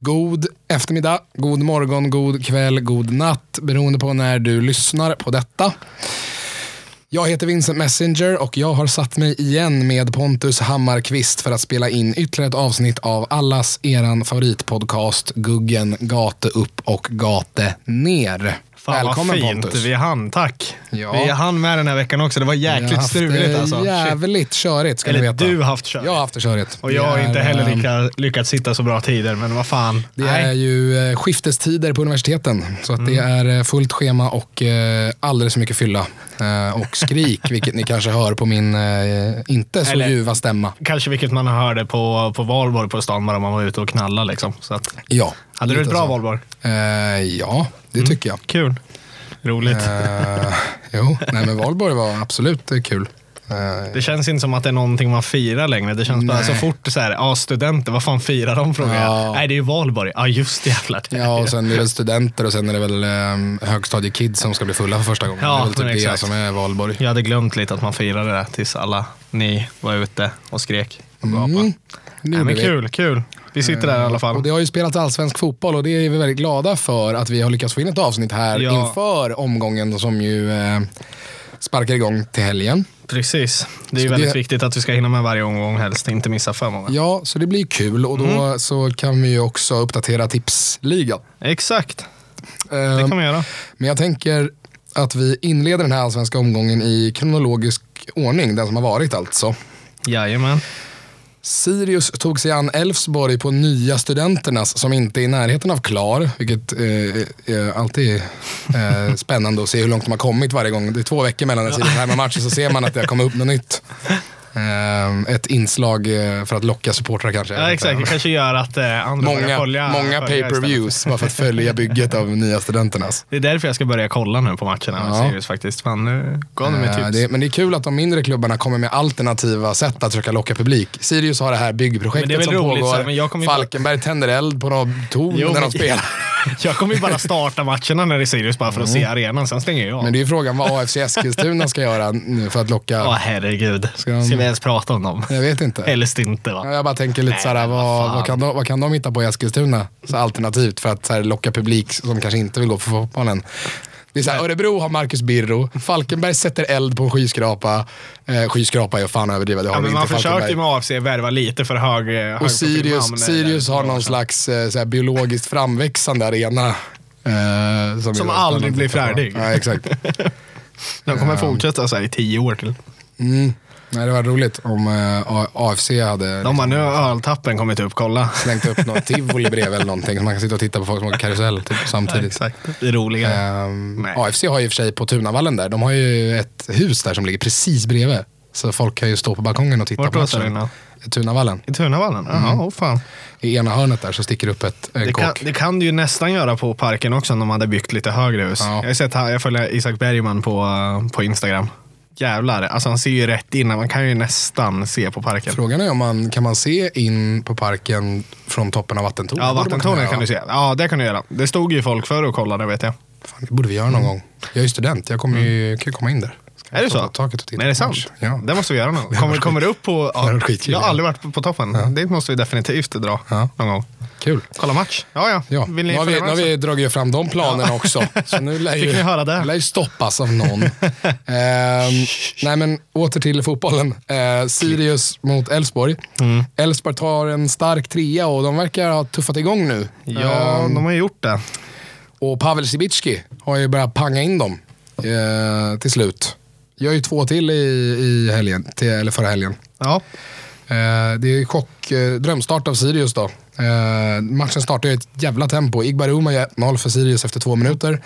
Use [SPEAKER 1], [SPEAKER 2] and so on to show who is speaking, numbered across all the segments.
[SPEAKER 1] God eftermiddag, god morgon, god kväll, god natt beroende på när du lyssnar på detta. Jag heter Vincent Messenger och jag har satt mig igen med Pontus Hammarkvist för att spela in ytterligare ett avsnitt av allas eran favoritpodcast Guggen Gate upp och Gate ner.
[SPEAKER 2] Fan
[SPEAKER 1] Välkommen
[SPEAKER 2] vad fint
[SPEAKER 1] Pontus.
[SPEAKER 2] vi hann, tack.
[SPEAKER 1] Ja.
[SPEAKER 2] Vi hann med den här veckan också, det var
[SPEAKER 1] Jag har
[SPEAKER 2] jäkligt
[SPEAKER 1] haft det
[SPEAKER 2] struligt alltså. Shit.
[SPEAKER 1] Jävligt körigt ska
[SPEAKER 2] Eller
[SPEAKER 1] du veta.
[SPEAKER 2] du har haft kört.
[SPEAKER 1] Jag har haft det körigt.
[SPEAKER 2] Och jag har
[SPEAKER 1] Det är,
[SPEAKER 2] inte heller
[SPEAKER 1] ehm,
[SPEAKER 2] lika, lyckats hitta så bra tider, men vad fan.
[SPEAKER 1] Det
[SPEAKER 2] Nej. Mm.
[SPEAKER 1] är ju eh, skiftestider på universiteten. Så att det är eh, fullt schema och eh, alldeles för mycket fylla. Eh, Och skrik, vilket ni kanske hör på min eh, inte så
[SPEAKER 2] Eller-
[SPEAKER 1] ljuva stämma.
[SPEAKER 2] Kanske vilket man hörde på, på valborg på stan bara man var ute och knallade. Liksom. Så att,
[SPEAKER 1] Ja.
[SPEAKER 2] hade du ett
[SPEAKER 1] lite
[SPEAKER 2] bra
[SPEAKER 1] så.
[SPEAKER 2] valborg?
[SPEAKER 1] Eh, Ja, det
[SPEAKER 2] Mm.
[SPEAKER 1] tycker jag.
[SPEAKER 2] Kul. Roligt.
[SPEAKER 1] Eh, Jo, nej men Valborg var absolut eh, kul. Eh,
[SPEAKER 2] Det känns inte som att det är någonting man firar längre. Det känns bara
[SPEAKER 1] Nej.
[SPEAKER 2] så fort så här, ja studenter, vad fan firar de? Frågar
[SPEAKER 1] Ja.
[SPEAKER 2] jag. Nej, det är ju valborg. Ja, just jävlar. det är
[SPEAKER 1] Ja,
[SPEAKER 2] det.
[SPEAKER 1] och sen är det väl studenter och sen är det väl eh, högstadiekids som ska bli fulla för första gången.
[SPEAKER 2] Ja,
[SPEAKER 1] det är väl
[SPEAKER 2] men
[SPEAKER 1] typ det
[SPEAKER 2] exakt.
[SPEAKER 1] som är Valborg.
[SPEAKER 2] Jag hade glömt lite att man firade det tills alla ni var ute och skrek. Och gapade.
[SPEAKER 1] Mm. Nu
[SPEAKER 2] Nej, men
[SPEAKER 1] blir det.
[SPEAKER 2] kul, kul. Vi sitter där i alla fall.
[SPEAKER 1] Eh, Och det har ju spelats allsvensk fotboll och det är vi väldigt glada för att vi har lyckats få in ett avsnitt här
[SPEAKER 2] Ja.
[SPEAKER 1] inför omgången som ju eh, sparkar igång till helgen.
[SPEAKER 2] Precis. Det är ju
[SPEAKER 1] Så
[SPEAKER 2] väldigt
[SPEAKER 1] det-
[SPEAKER 2] viktigt att vi ska hinna med varje omgång helst, inte missa för många.
[SPEAKER 1] Ja, så det blir kul och då
[SPEAKER 2] Mm.
[SPEAKER 1] så kan vi ju också uppdatera tipsligan.
[SPEAKER 2] Exakt,
[SPEAKER 1] Eh,
[SPEAKER 2] det kan man göra.
[SPEAKER 1] Men jag tänker att vi inleder den här allsvenska omgången i kronologisk ordning, den som har varit alltså.
[SPEAKER 2] Jajamän.
[SPEAKER 1] Sirius tog sig an Elfsborg på nya studenternas som inte är i närheten av klar, vilket eh, är alltid eh, spännande att se hur långt de har kommit varje gång. Det är två veckor mellan när Sirius härmar matchen så ser man att det har kommit upp något nytt. Ehm, ett inslag eh, för att locka supportrar kanske.
[SPEAKER 2] Ja, exakt. Det kanske gör att eh, andra börjar
[SPEAKER 1] Många,
[SPEAKER 2] följa.
[SPEAKER 1] många
[SPEAKER 2] följa istället.
[SPEAKER 1] pay-per-views bara för att följa bygget av nya studenternas.
[SPEAKER 2] Det är därför jag ska börja kolla nu på matcherna med
[SPEAKER 1] Ja.
[SPEAKER 2] Sirius faktiskt. Fan, nu gav du mig
[SPEAKER 1] Eh,
[SPEAKER 2] tips.
[SPEAKER 1] det, men det är kul att de mindre klubbarna kommer med alternativa sätt att försöka locka publik. Sirius har det här
[SPEAKER 2] Men det är
[SPEAKER 1] byggprojektet
[SPEAKER 2] väl
[SPEAKER 1] som
[SPEAKER 2] roligt, så
[SPEAKER 1] pågår.
[SPEAKER 2] här, men jag kommer ju bara-
[SPEAKER 1] Falkenberg tänder eld på någon torn
[SPEAKER 2] Jo,
[SPEAKER 1] när de
[SPEAKER 2] men-
[SPEAKER 1] spelar.
[SPEAKER 2] Jag kommer ju bara starta matcherna när det är Sirius bara för att se arenan, sen stänger jag av.
[SPEAKER 1] Mm. Men det är ju frågan vad AFC Eskilstuna ska göra nu för att locka.
[SPEAKER 2] Åh herregud. Ska,
[SPEAKER 1] de-
[SPEAKER 2] vi ens prata om dem?
[SPEAKER 1] Jag vet inte.
[SPEAKER 2] Helst inte va?
[SPEAKER 1] Ja, Jag bara tänker lite
[SPEAKER 2] Nej,
[SPEAKER 1] såhär,
[SPEAKER 2] men vad
[SPEAKER 1] vad,
[SPEAKER 2] fan.
[SPEAKER 1] vad, kan de, vad kan de hitta på i Eskilstuna? Så alternativt för att så här, locka publik som kanske inte vill gå på fotbollen. Det är såhär, Örebro har Marcus Birro, Falkenberg sätter eld på en skyskrapa. Eh, skyskrapa är fan att överdriva, det har
[SPEAKER 2] Ja,
[SPEAKER 1] de
[SPEAKER 2] men
[SPEAKER 1] inte
[SPEAKER 2] man försöker
[SPEAKER 1] Falkenberg.
[SPEAKER 2] ju med AFC värva lite för hög eh, hög
[SPEAKER 1] Och Sirius,
[SPEAKER 2] profilnamn,
[SPEAKER 1] Sirius
[SPEAKER 2] eller-
[SPEAKER 1] har någon slags eh, så här, biologiskt framväxande arena. eh,
[SPEAKER 2] Som
[SPEAKER 1] är-
[SPEAKER 2] aldrig blir färdig.
[SPEAKER 1] Ja, exakt.
[SPEAKER 2] De kommer fortsätta så här i tio år till.
[SPEAKER 1] Mm. Nej, det var roligt om eh, A- AFC hade liksom
[SPEAKER 2] De bara, nu har öltappen kommit upp, kolla.
[SPEAKER 1] slängt upp något tivoli bredvid eller någonting. Så man kan sitta och titta på folk som åker karusell typ, samtidigt.
[SPEAKER 2] Det är roligare.
[SPEAKER 1] Ehm,
[SPEAKER 2] Nej.
[SPEAKER 1] AFC har ju i och för sig på Tunavallen där, de har ju ett hus där som ligger precis bredvid. Så folk kan ju stå på balkongen och titta
[SPEAKER 2] Vart
[SPEAKER 1] på
[SPEAKER 2] då sa du
[SPEAKER 1] matchen.
[SPEAKER 2] innan?
[SPEAKER 1] Tunavallen.
[SPEAKER 2] I Tunavallen? Jaha,
[SPEAKER 1] Mm.
[SPEAKER 2] åh fan.
[SPEAKER 1] I ena hörnet där så sticker upp ett eh,
[SPEAKER 2] Det kan,
[SPEAKER 1] kåk.
[SPEAKER 2] det kan du ju nästan göra på parken också om de hade byggt lite högre hus.
[SPEAKER 1] Ja.
[SPEAKER 2] Jag har sett, här- jag följer Isak Bergman på, eh, på Instagram. Jävlar, alltså han ser ju rätt in. Man kan ju nästan se på parken.
[SPEAKER 1] Frågan är om man kan man se in på parken från toppen av vattentornet.
[SPEAKER 2] Ja,
[SPEAKER 1] Borde man kunna
[SPEAKER 2] vattentornet
[SPEAKER 1] göra,
[SPEAKER 2] kan du
[SPEAKER 1] va?
[SPEAKER 2] se. Ja, det kan du göra. Det stod ju folk förr och kollade vet jag.
[SPEAKER 1] Fan, det borde vi göra någon gång. Jag är ju student, jag kommer ju, kan ju komma in där. Ska
[SPEAKER 2] Mm. Är det
[SPEAKER 1] stå
[SPEAKER 2] så?
[SPEAKER 1] På taket och titta
[SPEAKER 2] Nej, det är
[SPEAKER 1] på
[SPEAKER 2] sant.
[SPEAKER 1] match. Ja.
[SPEAKER 2] Det måste vi göra någon gång. Kommer, kommer det upp på...
[SPEAKER 1] Det
[SPEAKER 2] Ja,
[SPEAKER 1] hade varit skitkul,
[SPEAKER 2] jag har
[SPEAKER 1] ja.
[SPEAKER 2] aldrig varit på, på toppen. Det måste vi definitivt dra
[SPEAKER 1] Ja.
[SPEAKER 2] någon gång.
[SPEAKER 1] Kul.
[SPEAKER 2] Kolla match. Ja, ja.
[SPEAKER 1] Ja.
[SPEAKER 2] Vill
[SPEAKER 1] nu
[SPEAKER 2] ni
[SPEAKER 1] har vi,
[SPEAKER 2] följa
[SPEAKER 1] nu har
[SPEAKER 2] med
[SPEAKER 1] vi dragit fram de planerna också. Så nu lär
[SPEAKER 2] Fick
[SPEAKER 1] ju,
[SPEAKER 2] ni höra det?
[SPEAKER 1] lär ju stoppas av någon. Ehm, nej men åter till fotbollen. Eh, Sirius mot Elfsborg.
[SPEAKER 2] Mm.
[SPEAKER 1] Elfsborg tar en stark trea och de verkar ha tuffat igång nu.
[SPEAKER 2] Ja,
[SPEAKER 1] Ehm,
[SPEAKER 2] de har ju gjort det.
[SPEAKER 1] och Pavel Sibicki har ju börjat panga in dem eh, till slut. Gör ju två till i, i helgen, till, eller förra helgen.
[SPEAKER 2] Ja.
[SPEAKER 1] Eh, det är ju chock, eh, drömstart av Sirius då. Eh, matchen startar ju i ett jävla tempo. Igbar Roma gör 0 för Sirius efter två minuter.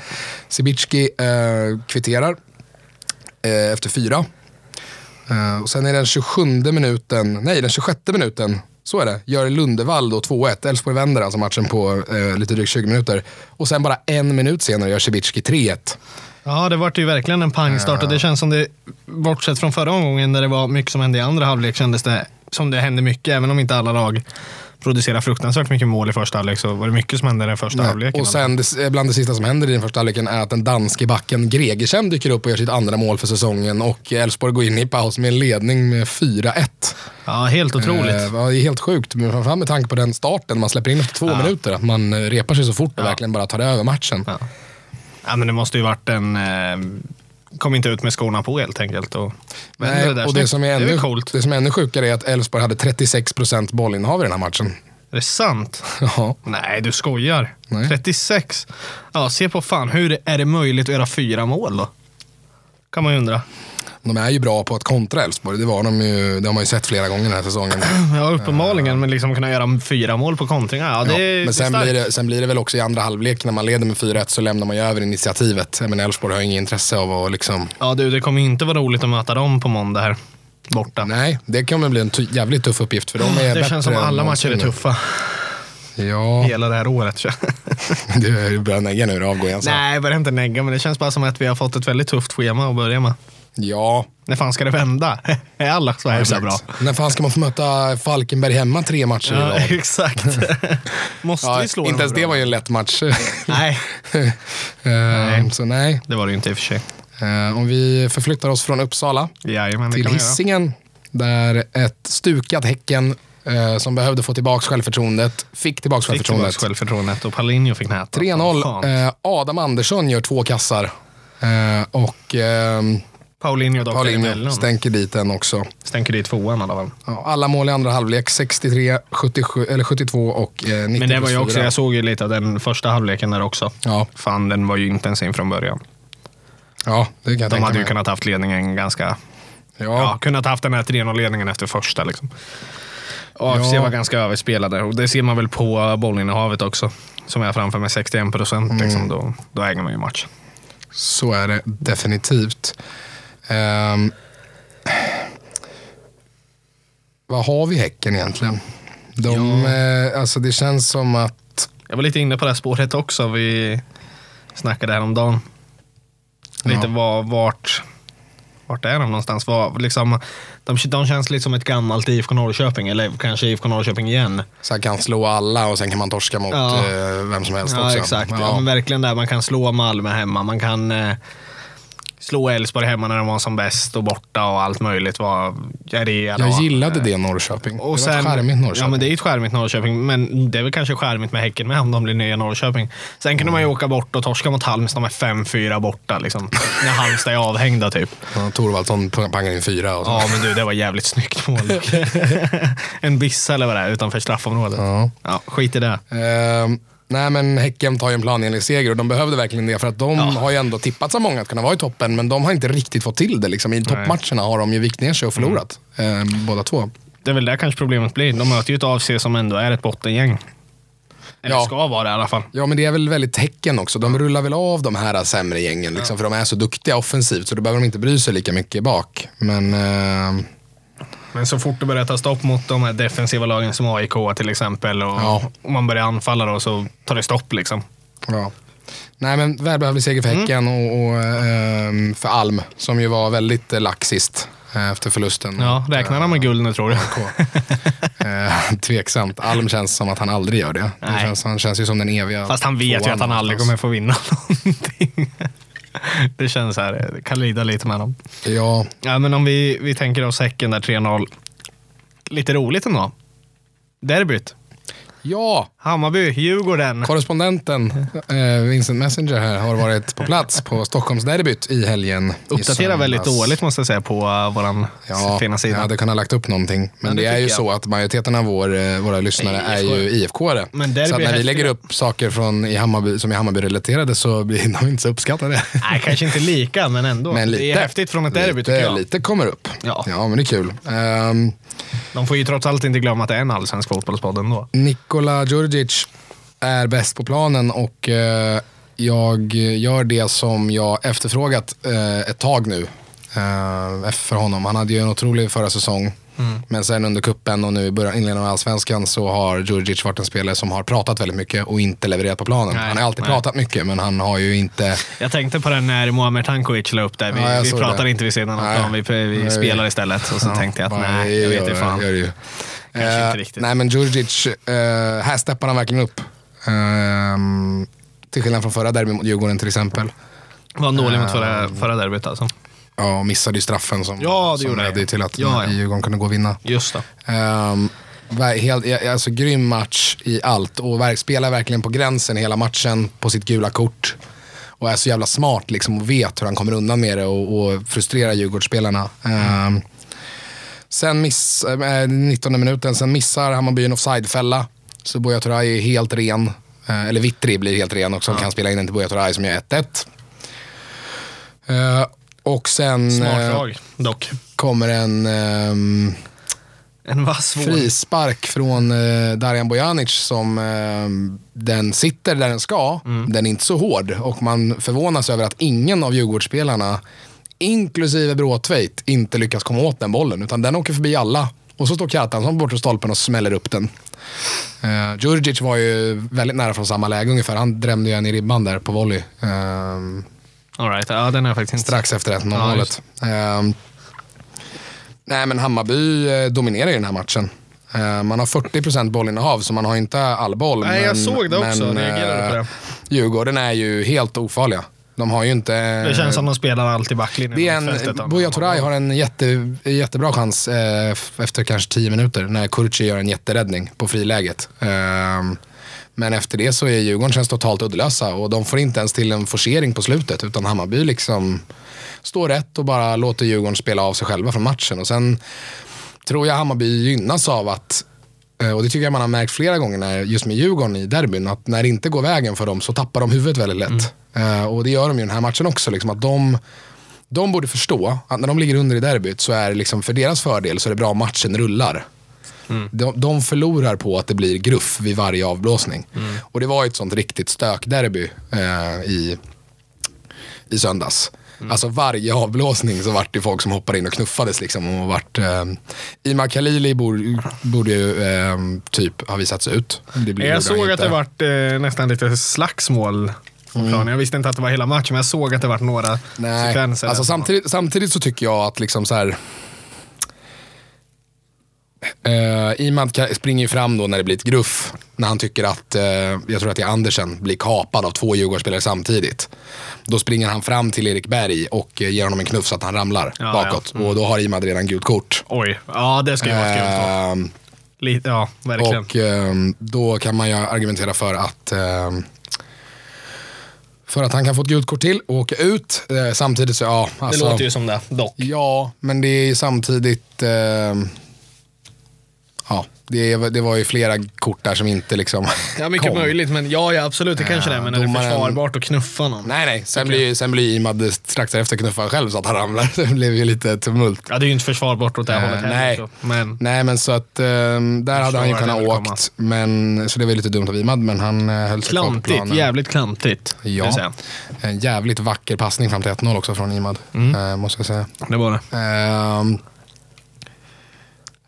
[SPEAKER 1] Sibicki eh, kvitterar eh, efter fyra. Eh, och sen är den 27 minuten, nej den 26 minuten, så är det, gör Lundevall då 2-1. Elfsborg vänder alltså matchen på eh, lite drygt 20 minuter. Och sen bara en minut senare gör Sibicki 3-1.
[SPEAKER 2] Ja, det vart ju verkligen en pangstart och det känns som det, bortsett från förra omgången där det var mycket som hände i andra halvlek, kändes det som det hände mycket, även om inte alla lag producerade fruktansvärt mycket mål i första halvlek så var det mycket som hände i den första halvleken.
[SPEAKER 1] Och sen, det- eh, bland det sista som händer i den första halvleken är att den danske backen Gregersen dyker upp och gör sitt andra mål för säsongen. Och Elfsborg går in i paus med en ledning med 4-1.
[SPEAKER 2] Ja, helt otroligt.
[SPEAKER 1] Eh, ja, det är helt sjukt, men framförallt med tanke på den starten man släpper in efter två
[SPEAKER 2] Ja.
[SPEAKER 1] minuter. Att man eh, repar sig så fort och verkligen bara tar över matchen.
[SPEAKER 2] Ja. ja, men det måste ju varit en... Eh, kom inte ut med skorna på helt enkelt. Och, vände
[SPEAKER 1] Nej,
[SPEAKER 2] det där
[SPEAKER 1] och det
[SPEAKER 2] snyggt.
[SPEAKER 1] som, är
[SPEAKER 2] det
[SPEAKER 1] ännu,
[SPEAKER 2] väl coolt.
[SPEAKER 1] det som är ännu sjukare är att Elfsborg hade 36% bollinnehav i den här matchen.
[SPEAKER 2] Är det sant?
[SPEAKER 1] Ja.
[SPEAKER 2] Nej, du skojar.
[SPEAKER 1] Nej.
[SPEAKER 2] 36. Ja, se på fan. Hur är det möjligt att göra fyra mål då? Kan man ju undra.
[SPEAKER 1] De är ju bra på att kontra Elfsborg, det, var de ju, det har man ju sett flera gånger den här säsongen.
[SPEAKER 2] Ja, uppenbarligen. Men liksom kunna göra fyra mål på kontringar. Ja, det, är-
[SPEAKER 1] Men sen
[SPEAKER 2] det är starkt.
[SPEAKER 1] blir det, sen blir det väl också i andra halvlek när man leder med 4-1 så lämnar man ju över initiativet. Men Elfsborg har ju inget intresse av att liksom...
[SPEAKER 2] Ja, du, det kommer ju inte vara roligt att möta dem på måndag här. Borta.
[SPEAKER 1] Nej, det kommer bli en ty- jävligt tuff uppgift för de är
[SPEAKER 2] det
[SPEAKER 1] bättre
[SPEAKER 2] känns som
[SPEAKER 1] än
[SPEAKER 2] alla matcher
[SPEAKER 1] någonsin
[SPEAKER 2] är
[SPEAKER 1] nu.
[SPEAKER 2] tuffa.
[SPEAKER 1] Ja,
[SPEAKER 2] Hela det här året. känner jag.
[SPEAKER 1] Alltså. du börjar negga nu. Du avgår igen sen.
[SPEAKER 2] Nej, jag börjar inte negga, men det känns bara som att vi har fått ett väldigt tufft schema att börja med.
[SPEAKER 1] Ja,
[SPEAKER 2] När fan ska det vända? är alla så här jävla bra?
[SPEAKER 1] När fan ska man få möta Falkenberg hemma tre matcher i
[SPEAKER 2] Ja,
[SPEAKER 1] rad?
[SPEAKER 2] exakt. Måste
[SPEAKER 1] Ja,
[SPEAKER 2] vi slå dem
[SPEAKER 1] inte ens
[SPEAKER 2] bra?
[SPEAKER 1] det var ju en lätt match.
[SPEAKER 2] Nej,
[SPEAKER 1] nej. Så nej.
[SPEAKER 2] det var det ju inte i och för sig.
[SPEAKER 1] Eh, Om vi förflyttar oss från Uppsala
[SPEAKER 2] Jajamän, det
[SPEAKER 1] till
[SPEAKER 2] kan vi göra.
[SPEAKER 1] Hisingen där ett stukat Häcken eh, som behövde få tillbaka självförtroendet fick tillbaka
[SPEAKER 2] Fick tillbaka
[SPEAKER 1] självförtroendet.
[SPEAKER 2] självförtroendet och Paulinho fick näta. Fan.
[SPEAKER 1] 3-0. Eh, Adam Andersson gör två kassar. Eh, och ehm,
[SPEAKER 2] Paulinho dock
[SPEAKER 1] Paulinho
[SPEAKER 2] Paulinho
[SPEAKER 1] stänker dit den också.
[SPEAKER 2] stänker dit tvåan i alla fall.
[SPEAKER 1] Ja, alla mål i andra halvlek, 63, 77, eller 72 och eh, 90
[SPEAKER 2] Men det var ju
[SPEAKER 1] plus
[SPEAKER 2] också,
[SPEAKER 1] fyra.
[SPEAKER 2] jag såg ju lite av den första halvleken där också.
[SPEAKER 1] Ja,
[SPEAKER 2] Fan, den var ju inte ens in från början.
[SPEAKER 1] ja, det kan jag
[SPEAKER 2] De
[SPEAKER 1] tänka
[SPEAKER 2] hade ju
[SPEAKER 1] mig.
[SPEAKER 2] kunnat haft ledningen ganska... Ja,
[SPEAKER 1] Ja,
[SPEAKER 2] kunnat haft den här 3-0-ledningen efter första liksom. Och
[SPEAKER 1] Ja.
[SPEAKER 2] AFC var ganska överspelade och det ser man väl på bollinnehavet också. Som jag har framför mig, 61 procent. Liksom, då, då äger man ju matchen.
[SPEAKER 1] så är det definitivt. Ehm, vad har vi Häcken egentligen? De, eh, alltså det känns som att
[SPEAKER 2] Jag var lite inne på det här spåret också. Vi snackade häromdagen. Lite
[SPEAKER 1] Ja.
[SPEAKER 2] var, vart, vart är de någonstans? Var, liksom, de, de känns lite som ett gammalt IFK Norrköping, eller kanske IFK Norrköping igen.
[SPEAKER 1] så här kan slå alla och sen kan man torska mot
[SPEAKER 2] Ja.
[SPEAKER 1] eh, vem som helst
[SPEAKER 2] Ja,
[SPEAKER 1] också.
[SPEAKER 2] exakt. Ja.
[SPEAKER 1] Ja.
[SPEAKER 2] men verkligen där man kan slå Malmö hemma. Man kan eh, slå Elfsborg hemma när de var som bäst och borta och allt möjligt. Var, är det,
[SPEAKER 1] Jag gillade det Norrköping.
[SPEAKER 2] Och
[SPEAKER 1] det var ett
[SPEAKER 2] sen-
[SPEAKER 1] charmigt Norrköping.
[SPEAKER 2] Ja, men det är ju ett skärmigt Norrköping. Men det är väl kanske skärmigt med Häcken med om de blir nya Norrköping. Sen kunde man
[SPEAKER 1] Mm.
[SPEAKER 2] ju åka bort och torska mot Halmstad med 5-4 borta. Liksom, när Halmstad är avhängda typ.
[SPEAKER 1] Ja, Thorvaldsson pang- pangar in fyra. Och så.
[SPEAKER 2] Ja, men du, det var jävligt snyggt mål. en bissa eller vad det är utanför straffområdet.
[SPEAKER 1] Ja.
[SPEAKER 2] Ja, skit i det.
[SPEAKER 1] Ehm, nej, men Häcken tar ju en planenlig seger och de behövde verkligen det. För att de har ju ändå tippats av många att kunna vara i toppen, men de har inte riktigt fått till det. Liksom. I toppmatcherna har de ju vikt ner sig och förlorat, ehm, båda två.
[SPEAKER 2] Det är väl där kanske problemet blir. De möter ju ett AFC som ändå är ett bottengäng. Eller
[SPEAKER 1] Ja.
[SPEAKER 2] ska vara det i alla fall.
[SPEAKER 1] Ja, men det är väl väldigt Häcken också. De rullar väl av de här sämre gängen, liksom, för de är så duktiga offensivt, så då behöver de inte bry sig lika mycket bak. Men ehm,
[SPEAKER 2] Men så fort det börjar ta stopp mot de här defensiva lagen som AIK till exempel och,
[SPEAKER 1] Ja.
[SPEAKER 2] och man börjar anfalla då så tar det stopp liksom.
[SPEAKER 1] Ja. Nej men välbehövlig seger för Häcken och, och ehm, för Alm som ju var väldigt eh, lack sist eh, efter förlusten.
[SPEAKER 2] Ja, räknar han med guld nu tror du?
[SPEAKER 1] Eh, tveksamt. Alm känns som att han aldrig gör det. det
[SPEAKER 2] Nej.
[SPEAKER 1] känns, han känns ju som den eviga
[SPEAKER 2] Fast han vet ju
[SPEAKER 1] tvåan alltså.
[SPEAKER 2] att han aldrig kommer
[SPEAKER 1] någonstans.
[SPEAKER 2] få vinna någonting. Det känns så här, det kan lida lite med dem.
[SPEAKER 1] Ja,
[SPEAKER 2] Ja, men om vi, vi tänker oss Häcken där 3-0. Lite roligt ändå. Derbyt.
[SPEAKER 1] ja.
[SPEAKER 2] Hammarby, Djurgården.
[SPEAKER 1] korrespondenten eh, Vincent Messenger här har varit på plats på Stockholmsderbyt i helgen. i
[SPEAKER 2] Uppdaterar väldigt
[SPEAKER 1] söndags.
[SPEAKER 2] dåligt måste jag säga på uh, vår
[SPEAKER 1] Ja,
[SPEAKER 2] fina
[SPEAKER 1] jag
[SPEAKER 2] sida.
[SPEAKER 1] hade kunnat lagt upp någonting. Men,
[SPEAKER 2] det
[SPEAKER 1] det, är ju
[SPEAKER 2] tycker jag.
[SPEAKER 1] så att majoriteten av vår, eh, våra lyssnare är ju IFK-are. Så
[SPEAKER 2] Men
[SPEAKER 1] att
[SPEAKER 2] derby är
[SPEAKER 1] när vi
[SPEAKER 2] häftigt.
[SPEAKER 1] lägger upp saker från i Hammarby, som är Hammarby-relaterade så blir de inte så uppskattade.
[SPEAKER 2] Nej, kanske inte lika, men ändå.
[SPEAKER 1] Men
[SPEAKER 2] det är
[SPEAKER 1] lite.
[SPEAKER 2] häftigt från ett derby
[SPEAKER 1] lite,
[SPEAKER 2] tycker jag.
[SPEAKER 1] Lite kommer upp.
[SPEAKER 2] Ja.
[SPEAKER 1] men det är kul. Ehm,
[SPEAKER 2] De får ju trots allt inte glömma att det är en allsvensk fotbollspodd ändå.
[SPEAKER 1] Nikola Djurdjic är bäst på planen och eh, jag gör det som jag efterfrågat eh, ett tag nu eh, för honom. Han hade ju en otrolig förra säsong.
[SPEAKER 2] Mm.
[SPEAKER 1] Men sen under kuppen och nu i början, inledningen av allsvenskan så har Djurdjic varit en spelare som har pratat väldigt mycket och inte levererat på planen.
[SPEAKER 2] Nej,
[SPEAKER 1] han har alltid
[SPEAKER 2] nej.
[SPEAKER 1] pratat mycket men han har ju inte...
[SPEAKER 2] Jag tänkte på den när Muamer Tankovic la upp där. Vi,
[SPEAKER 1] Ja, jag
[SPEAKER 2] vi
[SPEAKER 1] såg
[SPEAKER 2] pratar
[SPEAKER 1] det.
[SPEAKER 2] inte vid sidan av
[SPEAKER 1] Nej.
[SPEAKER 2] plan, vi, vi
[SPEAKER 1] Nej.
[SPEAKER 2] spelar istället. Och så
[SPEAKER 1] Ja,
[SPEAKER 2] tänkte jag att
[SPEAKER 1] bara,
[SPEAKER 2] nej, jag vet
[SPEAKER 1] gör
[SPEAKER 2] inte
[SPEAKER 1] det,
[SPEAKER 2] fan.
[SPEAKER 1] Gör det ju.
[SPEAKER 2] Kanske inte
[SPEAKER 1] Eh,
[SPEAKER 2] riktigt.
[SPEAKER 1] Nej men Djurdjic, eh, här steppar han verkligen upp. Ehm, till skillnad från förra derbyt mot Djurgården till exempel.
[SPEAKER 2] Var han dålig mot förra, förra derbyt alltså?
[SPEAKER 1] Ja, och missade ju straffen som,
[SPEAKER 2] Ja, det
[SPEAKER 1] som
[SPEAKER 2] gjorde han
[SPEAKER 1] ledde
[SPEAKER 2] ju.
[SPEAKER 1] till att
[SPEAKER 2] Ja, ja.
[SPEAKER 1] Djurgården kunde gå och vinna.
[SPEAKER 2] Just det.
[SPEAKER 1] Ehm, ver- helt, ja, alltså, grym match i allt och ver- spelar verkligen på gränsen hela matchen på sitt gula kort. Och är så jävla smart liksom, och vet hur han kommer undan med det och, och frustrerar Djurgårdsspelarna. Ehm, sen miss, eh, 19 minuten, sen missar Hammarby en offsidefälla. Så Buya Turay är helt ren. Eh, eller Vittri blir helt ren också. Kan spela in den till Buya Turay som gör 1-1. Eh, och sen
[SPEAKER 2] Smart
[SPEAKER 1] eh,
[SPEAKER 2] lag dock.
[SPEAKER 1] kommer en... ehm,
[SPEAKER 2] En vass svår.
[SPEAKER 1] frispark från eh, Darjan Bojanic som eh, den sitter där den ska. Den är inte så hård och man förvånas över att ingen av Djurgårdsspelarna, inklusive Bråtveit, inte lyckas komma åt den bollen. Utan den åker förbi alla. Och så står Kjartansson borta stolpen och smäller upp den. Eh, Djurdjic var ju väldigt nära från samma läge ungefär. Han drämde ju en i ribban där på volley. Eh,
[SPEAKER 2] All right. ja, den har jag faktiskt inte
[SPEAKER 1] strax efter 1-0
[SPEAKER 2] Ja,
[SPEAKER 1] målet.
[SPEAKER 2] just.
[SPEAKER 1] Ehm, nej men Hammarby eh, dominerar ju den här matchen. Ehm, man har 40% bollinnehav så man har inte all boll.
[SPEAKER 2] Nej, jag såg det också.
[SPEAKER 1] Men,
[SPEAKER 2] Reagerade på
[SPEAKER 1] eh, Djurgården är ju helt ofarliga. De har ju inte...
[SPEAKER 2] Det känns som de spelar allt i backlinjen.
[SPEAKER 1] Det är
[SPEAKER 2] mot fältet
[SPEAKER 1] en,
[SPEAKER 2] av
[SPEAKER 1] Buya
[SPEAKER 2] någon.
[SPEAKER 1] Turay har en jätte, jättebra chans eh, f- efter kanske 10 minuter när Kurci gör en jätteräddning på friläget. Ehm, men efter det så är Djurgården känns totalt uddlösa och de får inte ens till en forcering på slutet utan Hammarby liksom står rätt och bara låter Djurgården spela av sig själva från matchen. Och sen tror jag Hammarby gynnas av att eh, och det tycker jag man har märkt flera gånger när, just med Djurgården i derbyn. Att när det inte går vägen för dem så tappar de huvudet väldigt lätt. Eh, Och det gör de ju i den här matchen också. Liksom, att de, de borde förstå att när de ligger under i derbyt så är det liksom för deras fördel så är det bra om matchen rullar. Mm. De, de förlorar på att det blir gruff vid varje avblåsning.
[SPEAKER 2] Mm.
[SPEAKER 1] Och det var ju ett sånt riktigt stökderby eh, i, i söndags.
[SPEAKER 2] Mm.
[SPEAKER 1] Alltså varje avblåsning så vart det folk som hoppade in och knuffades. Liksom och vart, eh, Ima Khalili borde, borde ju eh, typ ha visats ut. Det blir- borde han
[SPEAKER 2] Jag såg att
[SPEAKER 1] inte. Mm.
[SPEAKER 2] det vart eh, nästan lite slagsmål på planen. Jag visste inte att det var hela matchen, men jag såg att det vart några
[SPEAKER 1] Nej,
[SPEAKER 2] sekvenser.
[SPEAKER 1] alltså
[SPEAKER 2] där.
[SPEAKER 1] samtidigt, samtidigt så tycker jag att liksom så här. Uh, Imad ka- springer ju fram då när det blir ett gruff. När han tycker att, eh, jag tror att det är Andersen, blir kapad av två Djurgårdsspelare samtidigt. Då springer han fram till Erik Berg och eh, ger honom en knuff så att han ramlar
[SPEAKER 2] Ja,
[SPEAKER 1] bakåt.
[SPEAKER 2] ja. Mm.
[SPEAKER 1] Och då har Imad redan gult kort.
[SPEAKER 2] Oj, ja det ska ju vara skumt. då.
[SPEAKER 1] Ehm,
[SPEAKER 2] Lite, ja, verkligen.
[SPEAKER 1] Eh, och ehm, då kan man ju argumentera för att ehm, för att han kan få ett gult kort till och åka ut. Eh, samtidigt så, ja.
[SPEAKER 2] det
[SPEAKER 1] alltså-
[SPEAKER 2] låter ju som det, dock.
[SPEAKER 1] Ja, men det är ju samtidigt... ehm, ja, det, det var ju flera kort där som inte liksom
[SPEAKER 2] Ja, mycket
[SPEAKER 1] kom.
[SPEAKER 2] möjligt, men ja, ja absolut, det kanske det är. Men är
[SPEAKER 1] domaren-
[SPEAKER 2] det försvarbart att knuffa någon?
[SPEAKER 1] Nej, nej. Sen blir, ju- sen blir ju Imad strax därefter knuffad själv så att han ramlar. Det blev ju lite tumult.
[SPEAKER 2] Ja, det är ju inte försvarbart åt det
[SPEAKER 1] Eh,
[SPEAKER 2] hållet heller.
[SPEAKER 1] nej.
[SPEAKER 2] så. Men
[SPEAKER 1] Nej, men så att ehm, där hade han ju
[SPEAKER 2] förstår
[SPEAKER 1] kunnat
[SPEAKER 2] det väl komma.
[SPEAKER 1] åkt. Men, så det var ju lite dumt av Imad, men han eh, höll sig kvar på
[SPEAKER 2] klantigt,
[SPEAKER 1] planen.
[SPEAKER 2] jävligt klantigt. vill jag
[SPEAKER 1] Ja,
[SPEAKER 2] säga.
[SPEAKER 1] en jävligt vacker passning fram till 1-0 också från Imad,
[SPEAKER 2] Mm.
[SPEAKER 1] eh, måste jag säga.
[SPEAKER 2] Det var det.
[SPEAKER 1] Ehm,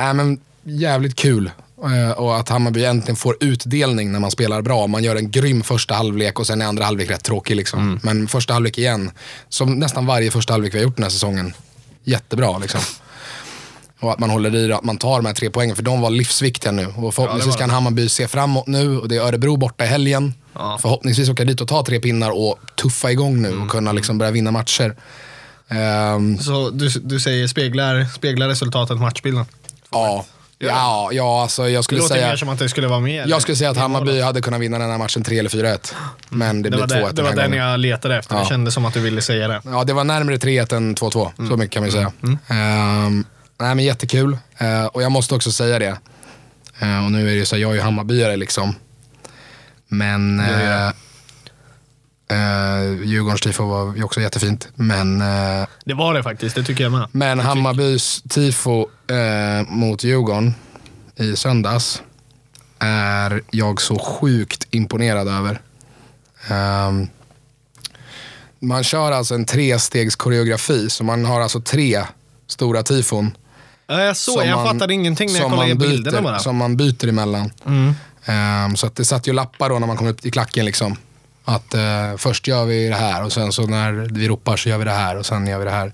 [SPEAKER 1] äh, men jävligt kul. Eh, och att Hammarby äntligen får utdelning när man spelar bra. Man gör en grym första halvlek och sen är andra halvlek rätt tråkig. Liksom.
[SPEAKER 2] Mm.
[SPEAKER 1] Men första halvlek igen, som nästan varje första halvlek vi har gjort den här säsongen, jättebra. Liksom. Och att man håller i det, att man tar de här tre poängen, för de var livsviktiga nu. Och förhoppningsvis
[SPEAKER 2] det.
[SPEAKER 1] kan Hammarby se framåt nu och det är Örebro borta i helgen.
[SPEAKER 2] Ja. Mm.
[SPEAKER 1] Förhoppningsvis åka dit och ta tre pinnar och tuffa igång nu och kunna liksom börja vinna matcher. Ehm,
[SPEAKER 2] Så du, du säger speglar, speglar resultatet matchbilden?
[SPEAKER 1] Ja, ja, ja alltså jag
[SPEAKER 2] Det
[SPEAKER 1] skulle
[SPEAKER 2] låter
[SPEAKER 1] säga
[SPEAKER 2] mer som att det skulle vara mer.
[SPEAKER 1] jag skulle säga att Hammarby hade kunnat vinna den här matchen 3 eller 4-1. Men det,
[SPEAKER 2] Det var,
[SPEAKER 1] blir 2-1
[SPEAKER 2] det, det var
[SPEAKER 1] den här
[SPEAKER 2] den
[SPEAKER 1] gången.
[SPEAKER 2] jag letade efter.
[SPEAKER 1] Ja.
[SPEAKER 2] Det kändes som att du ville säga det.
[SPEAKER 1] Ja, det var närmare 3-1 än 2-2.
[SPEAKER 2] Mm.
[SPEAKER 1] Så mycket kan man ju säga. Ehm, nej, men jättekul. Eh, och jag måste också säga det. Eh, och nu är det ju så här, jag är ju Hammarbyare liksom. Men
[SPEAKER 2] är
[SPEAKER 1] uh,
[SPEAKER 2] det.
[SPEAKER 1] uh, Djurgårdens tifo var ju också jättefint. Men eh,
[SPEAKER 2] Det var det faktiskt, det tycker jag med.
[SPEAKER 1] Men Hammarbys tifo eh, mot Djurgården i söndags är jag så sjukt imponerad över. Ehm, man kör alltså en trestegs koreografi, så man har alltså tre stora tifon.
[SPEAKER 2] Ja, jag såg,
[SPEAKER 1] som
[SPEAKER 2] jag
[SPEAKER 1] man-
[SPEAKER 2] fattade ingenting när jag
[SPEAKER 1] som
[SPEAKER 2] kollade
[SPEAKER 1] man
[SPEAKER 2] i bilderna
[SPEAKER 1] byter-
[SPEAKER 2] bara.
[SPEAKER 1] Som man byter emellan.
[SPEAKER 2] Mm.
[SPEAKER 1] Ehm, så att det satt ju lappar då när man kom upp i klacken. Liksom. Att eh, först gör vi det här och sen så när vi ropar så gör vi det här och sen gör vi det här.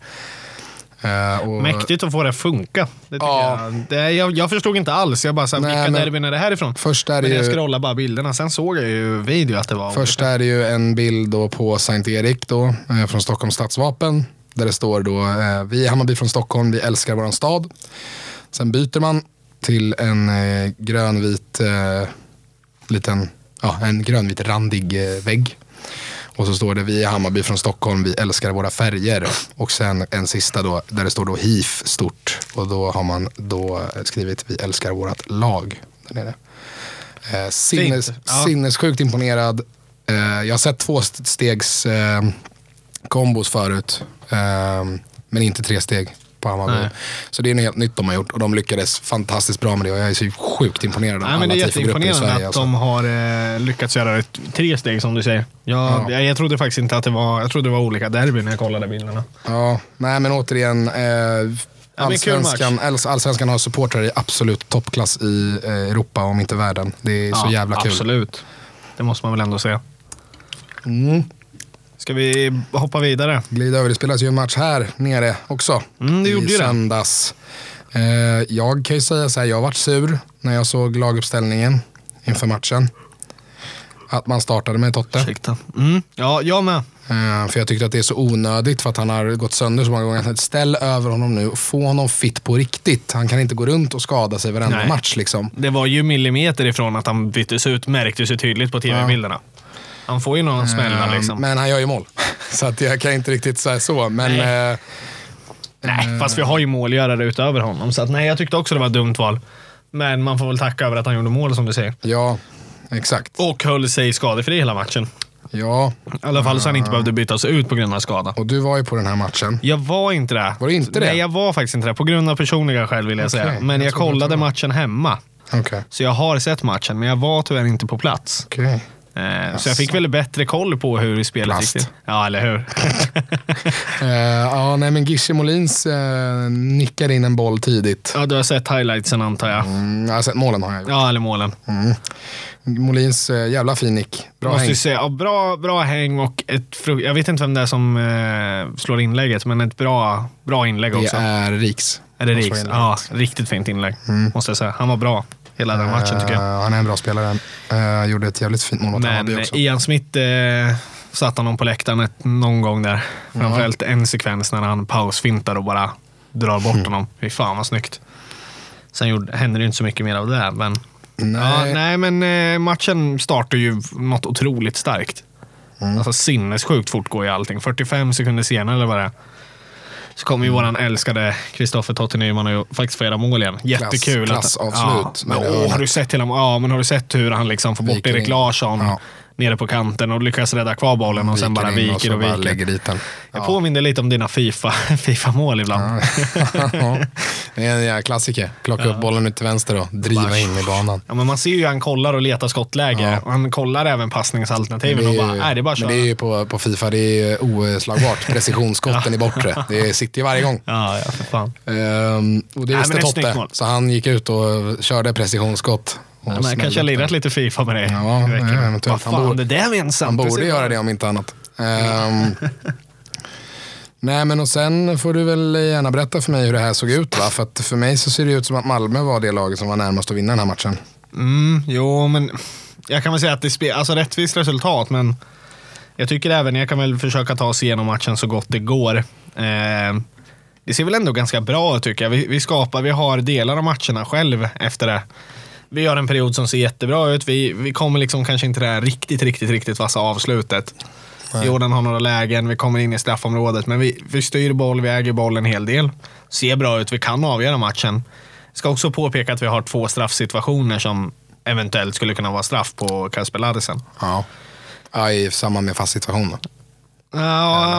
[SPEAKER 1] Eh, och,
[SPEAKER 2] Mäktigt att få det att funka. Det tycker
[SPEAKER 1] Ja.
[SPEAKER 2] jag. Det, jag, jag förstod inte alls. Jag bara, såhär,
[SPEAKER 1] Nej,
[SPEAKER 2] vilka
[SPEAKER 1] men-
[SPEAKER 2] derbyn är det här ifrån?
[SPEAKER 1] Först är det
[SPEAKER 2] Men jag
[SPEAKER 1] ju,
[SPEAKER 2] scrollade bara bilderna. Sen såg jag ju video att det var
[SPEAKER 1] först är det ju en bild då på Sankt Erik då, eh, från Stockholms stadsvapen. Där det står då, eh, vi är Hammarby från Stockholm, vi älskar våran stad. Sen byter man till en eh, grönvit eh, liten, ja, en grönvit randig eh, vägg. Och så står det vi är Hammarby från Stockholm, vi älskar våra färger. Och sen en sista då, där det står då HIF stort. Och då har man då eh, skrivit vi älskar vårat lag. Där nere. Eh, sinnes,
[SPEAKER 2] Fint, ja.
[SPEAKER 1] Sinnessjukt imponerad. Eh, jag har sett två st- stegs eh, kombos förut. Eh, men inte tre steg på Hammarby.
[SPEAKER 2] Nej.
[SPEAKER 1] Så det är något helt nytt de har gjort. Och de lyckades fantastiskt bra med det. Och jag är så sjukt imponerad av
[SPEAKER 2] Nej, men det
[SPEAKER 1] alla
[SPEAKER 2] är
[SPEAKER 1] tifogrupper i
[SPEAKER 2] jätteimponerande
[SPEAKER 1] Sverige.
[SPEAKER 2] att
[SPEAKER 1] alltså.
[SPEAKER 2] de har eh, lyckats göra ett, tre steg som du säger. Jag,
[SPEAKER 1] Ja.
[SPEAKER 2] jag, jag trodde faktiskt inte att det var, jag trodde det var olika derbyn när jag kollade bilderna.
[SPEAKER 1] Ja, nej men återigen. Eh,
[SPEAKER 2] Ja, men kul match.
[SPEAKER 1] allsvenskan, alls- allsvenskan har supportrar i absolut toppklass i eh, Europa, om inte världen. Det är så
[SPEAKER 2] Ja,
[SPEAKER 1] jävla kul.
[SPEAKER 2] Absolut. Det måste man väl ändå säga.
[SPEAKER 1] Mm.
[SPEAKER 2] Ska vi hoppa vidare?
[SPEAKER 1] Glida över, det spelas ju en match här nere också.
[SPEAKER 2] Mm, det gjorde
[SPEAKER 1] I
[SPEAKER 2] ju det.
[SPEAKER 1] söndags. Eh, jag kan ju säga så här, jag vart sur när jag såg laguppställningen inför matchen. Att man startade med Totte.
[SPEAKER 2] Ursäkta. Mm. Ja, jag med.
[SPEAKER 1] Eh, För jag tyckte att det är så onödigt för att han har gått sönder så många gånger. Så Ställ över honom nu och få honom fit på riktigt. Han kan inte gå runt och skada sig varenda
[SPEAKER 2] Nej.
[SPEAKER 1] match. Liksom.
[SPEAKER 2] Det var ju millimeter ifrån att han byttes ut, märktes ju tydligt på tv-bilderna. Han får ju någon smäll där,
[SPEAKER 1] Eh,
[SPEAKER 2] liksom.
[SPEAKER 1] Men han gör ju mål. Så att jag kan inte riktigt säga så. Men, eh,
[SPEAKER 2] nej, fast vi har ju målgörare utöver honom. Så att, nej, jag tyckte också det var ett dumt val. Men man får väl tacka över att han gjorde mål som du säger.
[SPEAKER 1] ja, exakt.
[SPEAKER 2] Och höll sig skadefri hela matchen.
[SPEAKER 1] Ja,
[SPEAKER 2] I alla fall så han inte
[SPEAKER 1] Ah.
[SPEAKER 2] behövde bytas ut på grund av skada.
[SPEAKER 1] och du var ju på den här matchen.
[SPEAKER 2] Jag var inte det.
[SPEAKER 1] Var du inte det?
[SPEAKER 2] Nej, jag var faktiskt inte det. På grund av personliga skäl vill jag
[SPEAKER 1] Okej,
[SPEAKER 2] säga. Men
[SPEAKER 1] jag
[SPEAKER 2] jag,
[SPEAKER 1] trodde att
[SPEAKER 2] kollade
[SPEAKER 1] du var.
[SPEAKER 2] matchen hemma.
[SPEAKER 1] Okej.
[SPEAKER 2] Så jag har sett matchen, men jag var tyvärr inte på plats.
[SPEAKER 1] Okej.
[SPEAKER 2] Eh, så jag fick väl bättre koll på hur spelet
[SPEAKER 1] Plast.
[SPEAKER 2] gick till. Ja, eller hur?
[SPEAKER 1] Eh, ja, nej men Gishe Molins eh, nickar in en boll tidigt.
[SPEAKER 2] ja, du har sett highlightsen antar jag.
[SPEAKER 1] Mm, jag har sett målen har jag gjort.
[SPEAKER 2] Ja, eller målen.
[SPEAKER 1] Molins eh, jävla fin nick. Bra
[SPEAKER 2] Måste
[SPEAKER 1] häng.
[SPEAKER 2] ju säga, ja, bra, bra häng och ett fru- Jag vet inte vem det är som eh, slår inlägget, men ett bra, bra inlägg
[SPEAKER 1] Det
[SPEAKER 2] också.
[SPEAKER 1] är Riks.
[SPEAKER 2] Är det
[SPEAKER 1] som slår
[SPEAKER 2] Riks?
[SPEAKER 1] inlägget. Mm.
[SPEAKER 2] Ja, riktigt fint inlägg. Måste jag säga. Han var bra hela den matchen tycker jag.
[SPEAKER 1] Eh, Han är en bra spelare. Eh, gjorde ett jävligt fint mål mot Hammarby
[SPEAKER 2] Men
[SPEAKER 1] också.
[SPEAKER 2] Ian Smith eh, satte honom på läktaren ett, någon gång där. Framförallt en sekvens när han pausfintar och bara drar bort
[SPEAKER 1] Mm.
[SPEAKER 2] honom. Fy fan vad snyggt. Sen gjorde, hände det ju inte så mycket mer av det. här, Men,
[SPEAKER 1] Nej.
[SPEAKER 2] Ja, nej, men eh, matchen startar ju något otroligt starkt.
[SPEAKER 1] Mm.
[SPEAKER 2] Alltså sinnessjukt fort går ju allting. 45 sekunder senare eller vad det är. Så kommer ju
[SPEAKER 1] Mm.
[SPEAKER 2] våran älskade Kristoffer Totte Nyman och faktiskt få göra mål igen. Jättekul.
[SPEAKER 1] klass avslut
[SPEAKER 2] Ja, men,
[SPEAKER 1] med det
[SPEAKER 2] åh, har,
[SPEAKER 1] hörnet.
[SPEAKER 2] du sett hela, ja, men har du sett hur han liksom får bort
[SPEAKER 1] Viker
[SPEAKER 2] Erik
[SPEAKER 1] in.
[SPEAKER 2] Larsson
[SPEAKER 1] Ja.
[SPEAKER 2] nere på kanten och lyckas rädda kvar bollen och sen bara
[SPEAKER 1] in och
[SPEAKER 2] viker
[SPEAKER 1] så
[SPEAKER 2] och
[SPEAKER 1] bara
[SPEAKER 2] viker.
[SPEAKER 1] lägger dit den.
[SPEAKER 2] Jag påminner lite om dina FIFA- FIFA-mål ibland.
[SPEAKER 1] Ja. det är en jävla klassiker. Plocka upp bollen ut till vänster och driva in i banan.
[SPEAKER 2] Ja, men man ser ju hur han kollar och letar skottläge.
[SPEAKER 1] Ja.
[SPEAKER 2] Och han kollar även passningsalternativen och
[SPEAKER 1] ju-
[SPEAKER 2] bara, nej det är bara att
[SPEAKER 1] men
[SPEAKER 2] köra.
[SPEAKER 1] det är ju på, på Fifa, det är ju oslagbart. Precisionsskotten i bortre. Det sitter ju varje gång.
[SPEAKER 2] Ja, ja, för fan.
[SPEAKER 1] Ehm, och det
[SPEAKER 2] Nej,
[SPEAKER 1] visste
[SPEAKER 2] men det är ett snyggt
[SPEAKER 1] Totte,
[SPEAKER 2] mål.
[SPEAKER 1] så han gick ut och körde precisionsskott. Och
[SPEAKER 2] Ja, men jag
[SPEAKER 1] smällde
[SPEAKER 2] kanske har
[SPEAKER 1] upp den.
[SPEAKER 2] lirat lite Fifa med dig
[SPEAKER 1] Ja,
[SPEAKER 2] i veckan.
[SPEAKER 1] ja, eventuellt.
[SPEAKER 2] Vad
[SPEAKER 1] Han
[SPEAKER 2] fan,
[SPEAKER 1] borde-
[SPEAKER 2] det där var ensamt.
[SPEAKER 1] Han
[SPEAKER 2] Det
[SPEAKER 1] borde
[SPEAKER 2] ser-
[SPEAKER 1] göra det om inte annat. Ehm, nej, men och sen får du väl gärna berätta för mig hur det här såg ut. Va? För, att för mig så ser det ut som att Malmö var det laget som var närmast att vinna den här matchen.
[SPEAKER 2] Mm, jo, men jag kan väl säga att det är alltså, rättvist resultat, men jag tycker även, jag kan väl försöka ta oss igenom matchen så gott det går. Eh, det ser väl ändå ganska bra ut tycker jag. Vi, vi skapar, vi har delar av matcherna själv efter det. Vi gör en period som ser jättebra ut. Vi, vi kommer liksom kanske inte det här riktigt, riktigt, riktigt vassa avslutet. Jordan har några lägen, vi kommer in i straffområdet, men vi, vi styr boll, vi äger boll en hel del. Ser bra ut, vi kan avgöra matchen. Ska också påpeka att vi har två straffsituationer som eventuellt skulle kunna vara straff på Kasper Larsen.
[SPEAKER 1] Ja. ja I samband med fast situation. Då.
[SPEAKER 2] Ja,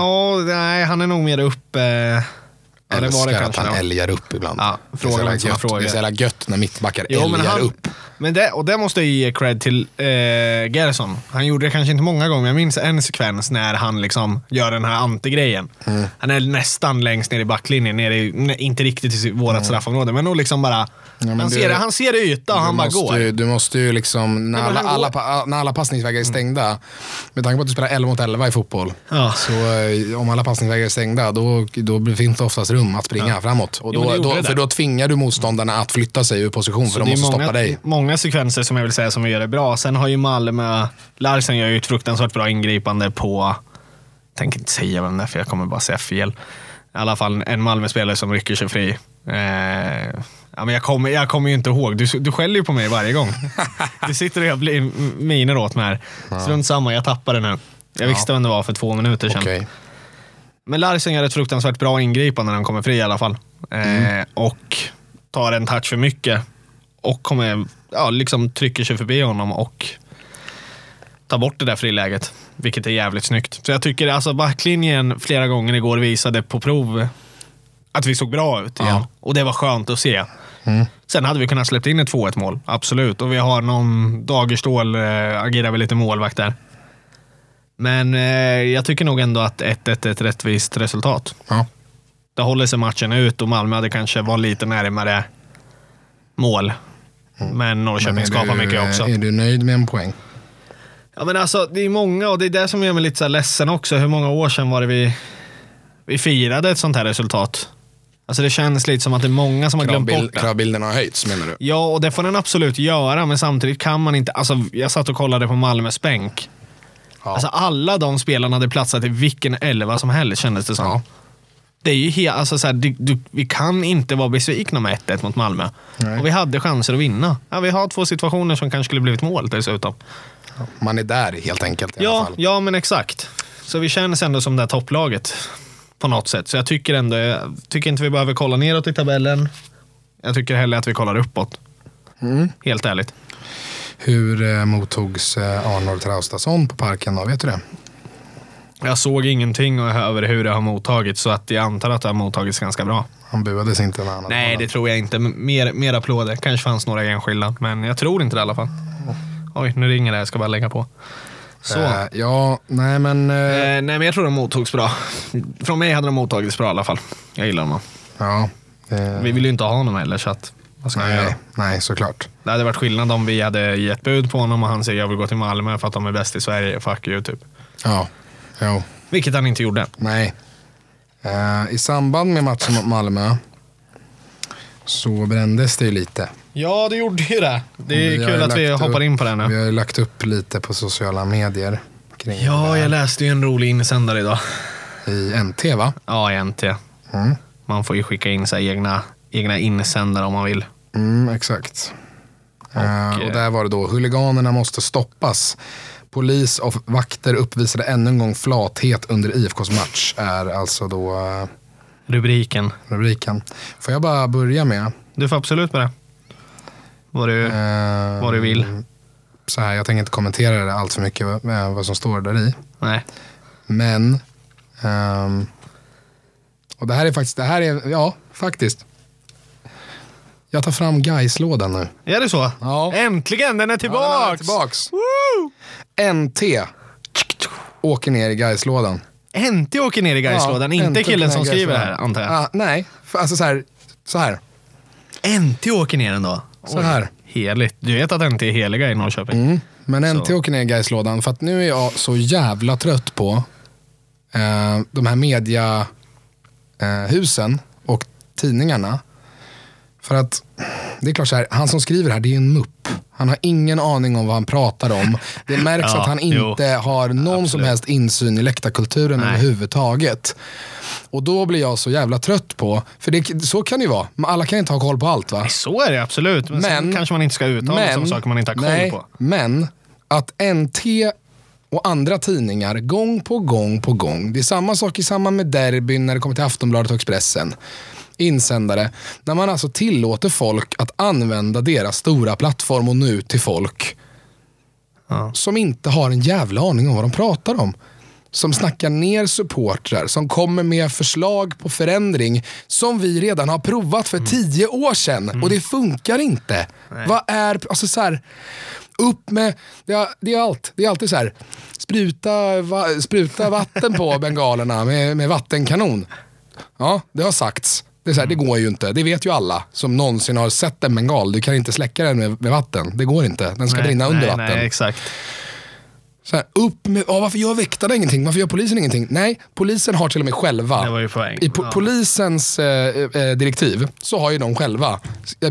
[SPEAKER 2] ja, nej, han är nog mer uppe. Ja, det var
[SPEAKER 1] Älskar
[SPEAKER 2] det
[SPEAKER 1] att
[SPEAKER 2] kanske.
[SPEAKER 1] han
[SPEAKER 2] ja.
[SPEAKER 1] älgar upp ibland.
[SPEAKER 2] Ja,
[SPEAKER 1] det, är så
[SPEAKER 2] frågan
[SPEAKER 1] jävla
[SPEAKER 2] som
[SPEAKER 1] gött.
[SPEAKER 2] frågar.
[SPEAKER 1] det är så jävla gött när mittbackar
[SPEAKER 2] Jo,
[SPEAKER 1] älgar
[SPEAKER 2] men han,
[SPEAKER 1] upp.
[SPEAKER 2] Men det, och det måste jag ge cred till eh, Gerson. Han gjorde det kanske inte många gånger, men jag minns en sekvens när han liksom gör den här antigrejen.
[SPEAKER 1] Mm.
[SPEAKER 2] Han är nästan längst ner i backlinjen, nere i, nej, inte riktigt i vårt straffområde, men nog liksom bara...
[SPEAKER 1] Mm. men
[SPEAKER 2] han,
[SPEAKER 1] det-
[SPEAKER 2] ser, det- han ser yta och han bara
[SPEAKER 1] måste
[SPEAKER 2] går.
[SPEAKER 1] Ju, du måste ju liksom, när,
[SPEAKER 2] men
[SPEAKER 1] alla,
[SPEAKER 2] han går.
[SPEAKER 1] alla, pa- när alla passningsvägar är stängda, med tanke på att du spelar 11 mot 11 i fotboll,
[SPEAKER 2] Mm. Ja.
[SPEAKER 1] så eh, om alla passningsvägar är stängda, då, då finns det oftast rum att springa framåt. Och
[SPEAKER 2] Jo,
[SPEAKER 1] då,
[SPEAKER 2] men det gjorde
[SPEAKER 1] då,
[SPEAKER 2] det där.
[SPEAKER 1] för då tvingar du motståndarna att flytta sig ur position, för de
[SPEAKER 2] det är
[SPEAKER 1] måste
[SPEAKER 2] många,
[SPEAKER 1] stoppa dig.
[SPEAKER 2] många sekvenser som jag vill säga som gör det bra. Sen har ju Malmö, Larsen gör ju ett fruktansvärt bra ingripande på, tänker inte säga vem det är för jag kommer bara säga fel. I alla fall en Malmö-spelare som rycker sig fri. Eh, ja, men jag, kommer, jag kommer ju inte ihåg, du, du skäller ju på mig varje gång. Du sitter och jag blir m- miner åt mig här. Strunt samma, jag tappar det nu. Jag visste vem det var för två minuter sedan.
[SPEAKER 1] Okej.
[SPEAKER 2] Men Larsen gör ett fruktansvärt bra ingripande när han kommer fri i alla fall. Eh, och tar en touch för mycket. Och kommer, ja, liksom trycker sig förbi honom och tar bort det där friläget. Vilket är jävligt snyggt. Så jag tycker alltså backlinjen flera gånger igår visade på prov att vi såg bra ut igen.
[SPEAKER 1] Ja.
[SPEAKER 2] Och det var skönt att se.
[SPEAKER 1] Mm.
[SPEAKER 2] Sen hade vi kunnat släppt in ett 2-1 mål, absolut. Och vi har någon Dagerstål, eh, agerar väl lite målvakt där. Men eh, jag tycker nog ändå att 1-1 är ett rättvist resultat.
[SPEAKER 1] Ja.
[SPEAKER 2] Det håller sig matchen ut och Malmö hade kanske varit lite närmare mål. Men Norrköping
[SPEAKER 1] Mm. Men är
[SPEAKER 2] skapar
[SPEAKER 1] du,
[SPEAKER 2] mycket
[SPEAKER 1] eh,
[SPEAKER 2] också.
[SPEAKER 1] Är du nöjd med en poäng?
[SPEAKER 2] Ja, men alltså, det är många och det är det som gör mig lite så här ledsen också. Hur många år sedan var det vi, vi firade ett sånt här resultat? Alltså det känns lite som att det är många som har glömt bort
[SPEAKER 1] Kravbild,
[SPEAKER 2] det.
[SPEAKER 1] kravbilden har höjts menar du?
[SPEAKER 2] Ja, och det får den absolut göra, men samtidigt kan man inte... Alltså, jag satt och kollade på Malmös bänk.
[SPEAKER 1] Ja.
[SPEAKER 2] Alltså, alla de spelarna hade platsat i vilken elva som helst, kändes det som.
[SPEAKER 1] Ja.
[SPEAKER 2] Det är ju helt... Alltså, så här, du, du, vi kan inte vara besvikna med 1-1 mot Malmö.
[SPEAKER 1] Nej.
[SPEAKER 2] Och vi hade chanser att vinna. Ja, vi har två situationer som kanske skulle blivit mål dessutom.
[SPEAKER 1] Man är där helt enkelt i alla
[SPEAKER 2] Ja,
[SPEAKER 1] fall.
[SPEAKER 2] ja, men exakt. Så vi känns ändå som det här topplaget på något sätt. Så jag tycker ändå... Jag tycker inte vi behöver kolla neråt i tabellen. Jag tycker hellre att vi kollar uppåt.
[SPEAKER 1] Mm.
[SPEAKER 2] Helt ärligt.
[SPEAKER 1] Hur eh, mottogs eh, Arnor Traustason på parken då? Vet du det?
[SPEAKER 2] Jag såg ingenting över hur det har mottagits så att jag antar att det har mottagits ganska bra.
[SPEAKER 1] Han buades inte när han hade
[SPEAKER 2] Nej,
[SPEAKER 1] bollen.
[SPEAKER 2] det tror jag inte. M- Mer, mer applåder. Kanske fanns några enskilda, men jag tror inte det i alla fall. Oj, nu ringer det. Jag ska bara lägga på. Så.
[SPEAKER 1] Eh, ja, nej men... eh,
[SPEAKER 2] Eh, nej, men jag tror de mottogs bra. Från mig hade de mottagits bra i alla fall. Jag gillar honom.
[SPEAKER 1] Ja. eh,
[SPEAKER 2] Vi vill ju inte ha honom heller, så att, vad ska man göra?
[SPEAKER 1] nej, nej, såklart.
[SPEAKER 2] Det hade varit skillnad om vi hade gett bud på honom och han säger jag vill gå till Malmö för att de är bäst i Sverige. Fuck you, typ.
[SPEAKER 1] Ja, jo,
[SPEAKER 2] Vilket han inte gjorde.
[SPEAKER 1] nej. Eh, I samband med matchen mot Malmö så brändes det ju lite.
[SPEAKER 2] Ja, du gjorde ju det. Mm, Det är
[SPEAKER 1] Vi har
[SPEAKER 2] kul
[SPEAKER 1] ju
[SPEAKER 2] att vi
[SPEAKER 1] lagt
[SPEAKER 2] hoppar
[SPEAKER 1] upp-
[SPEAKER 2] in på det nu.
[SPEAKER 1] Vi har ju lagt upp lite på sociala medier kring
[SPEAKER 2] Ja,
[SPEAKER 1] det
[SPEAKER 2] jag läste ju en rolig insändare idag.
[SPEAKER 1] i NT va?
[SPEAKER 2] Ja, i NT.
[SPEAKER 1] Mm,
[SPEAKER 2] Man får ju skicka in så här egna, egna insändare om man vill.
[SPEAKER 1] mm exakt. Och,
[SPEAKER 2] eh,
[SPEAKER 1] och där var det då, huliganerna måste stoppas. Polis och vakter uppvisade ännu en gång flathet under IFKs match, är alltså då eh,
[SPEAKER 2] Rubriken.
[SPEAKER 1] rubriken. Får jag bara börja med
[SPEAKER 2] Du får absolut med det. Vad du...
[SPEAKER 1] Eh,
[SPEAKER 2] vad du vill.
[SPEAKER 1] Så här, jag tänker inte kommentera det allt för mycket eh, vad som står där i.
[SPEAKER 2] Nej.
[SPEAKER 1] Men, ehm, och det här är faktiskt, det här är, ja faktiskt. Jag tar fram Gais-lådan nu.
[SPEAKER 2] Är det så?
[SPEAKER 1] Ja.
[SPEAKER 2] Äntligen! Den är tillbaks!
[SPEAKER 1] Ja, den är tillbaks. NT åker ner i Gais-lådan.
[SPEAKER 2] NT åker ner i Gaislådan. inte
[SPEAKER 1] NT
[SPEAKER 2] killen som
[SPEAKER 1] åker ner i
[SPEAKER 2] skriver det här,
[SPEAKER 1] Gais-lådan.
[SPEAKER 2] antar jag.
[SPEAKER 1] Ah, nej, för, alltså så här, så här.
[SPEAKER 2] NT åker ner ändå.
[SPEAKER 1] Så
[SPEAKER 2] Oj,
[SPEAKER 1] här.
[SPEAKER 2] Heligt. Du vet att NT är heliga i Norrköping?
[SPEAKER 1] Mm. Men NT
[SPEAKER 2] Så.
[SPEAKER 1] åker ner i Gaislådan för att nu är jag så jävla trött på eh, de här mediahusen och tidningarna. För att det är klart så här, han som skriver här det är ju en mupp. Han har ingen aning om vad han pratar om. Det märks
[SPEAKER 2] Ja,
[SPEAKER 1] att han
[SPEAKER 2] jo.
[SPEAKER 1] inte har någon som helst insyn i läktarkulturen
[SPEAKER 2] Nej.
[SPEAKER 1] överhuvudtaget. Och då blir jag så jävla trött på, för det, så kan det ju vara. Alla kan inte ha koll på allt va?
[SPEAKER 2] Så är det absolut. Men, sen
[SPEAKER 1] Men-
[SPEAKER 2] kanske man inte ska uttala sig om saker man inte har koll
[SPEAKER 1] nej,
[SPEAKER 2] på.
[SPEAKER 1] Men att NT och andra tidningar gång på gång på gång. Det är samma sak i samband med derbyn när det kommer till Aftonbladet och Expressen. Insändare. När man alltså tillåter folk att använda deras stora plattform och nå ut till folk
[SPEAKER 2] Ja.
[SPEAKER 1] som inte har en jävla aning om vad de pratar om. som snackar ner supportrar, som kommer med förslag på förändring som vi redan har provat
[SPEAKER 2] Mm.
[SPEAKER 1] för tio år sedan och det funkar inte. Vad är, alltså så här, upp med, det är, det är allt. Det är alltid så här, spruta, va, spruta vatten på bengalerna med, med vattenkanon. Ja, det har sagts. Det, är så här,
[SPEAKER 2] Mm.
[SPEAKER 1] det går ju inte. Det vet ju alla som någonsin har sett en bengal. Du kan inte släcka den med, med vatten. Det går inte. Den ska brinna under
[SPEAKER 2] nej,
[SPEAKER 1] vatten.
[SPEAKER 2] Nej, exakt.
[SPEAKER 1] Så här, upp med, ja, varför gör väktarna ingenting? Varför gör polisen ingenting? Nej, polisen har till och med själva.
[SPEAKER 2] Det var ju poäng.
[SPEAKER 1] I po-
[SPEAKER 2] Ja.
[SPEAKER 1] polisens eh, eh, direktiv så har ju de själva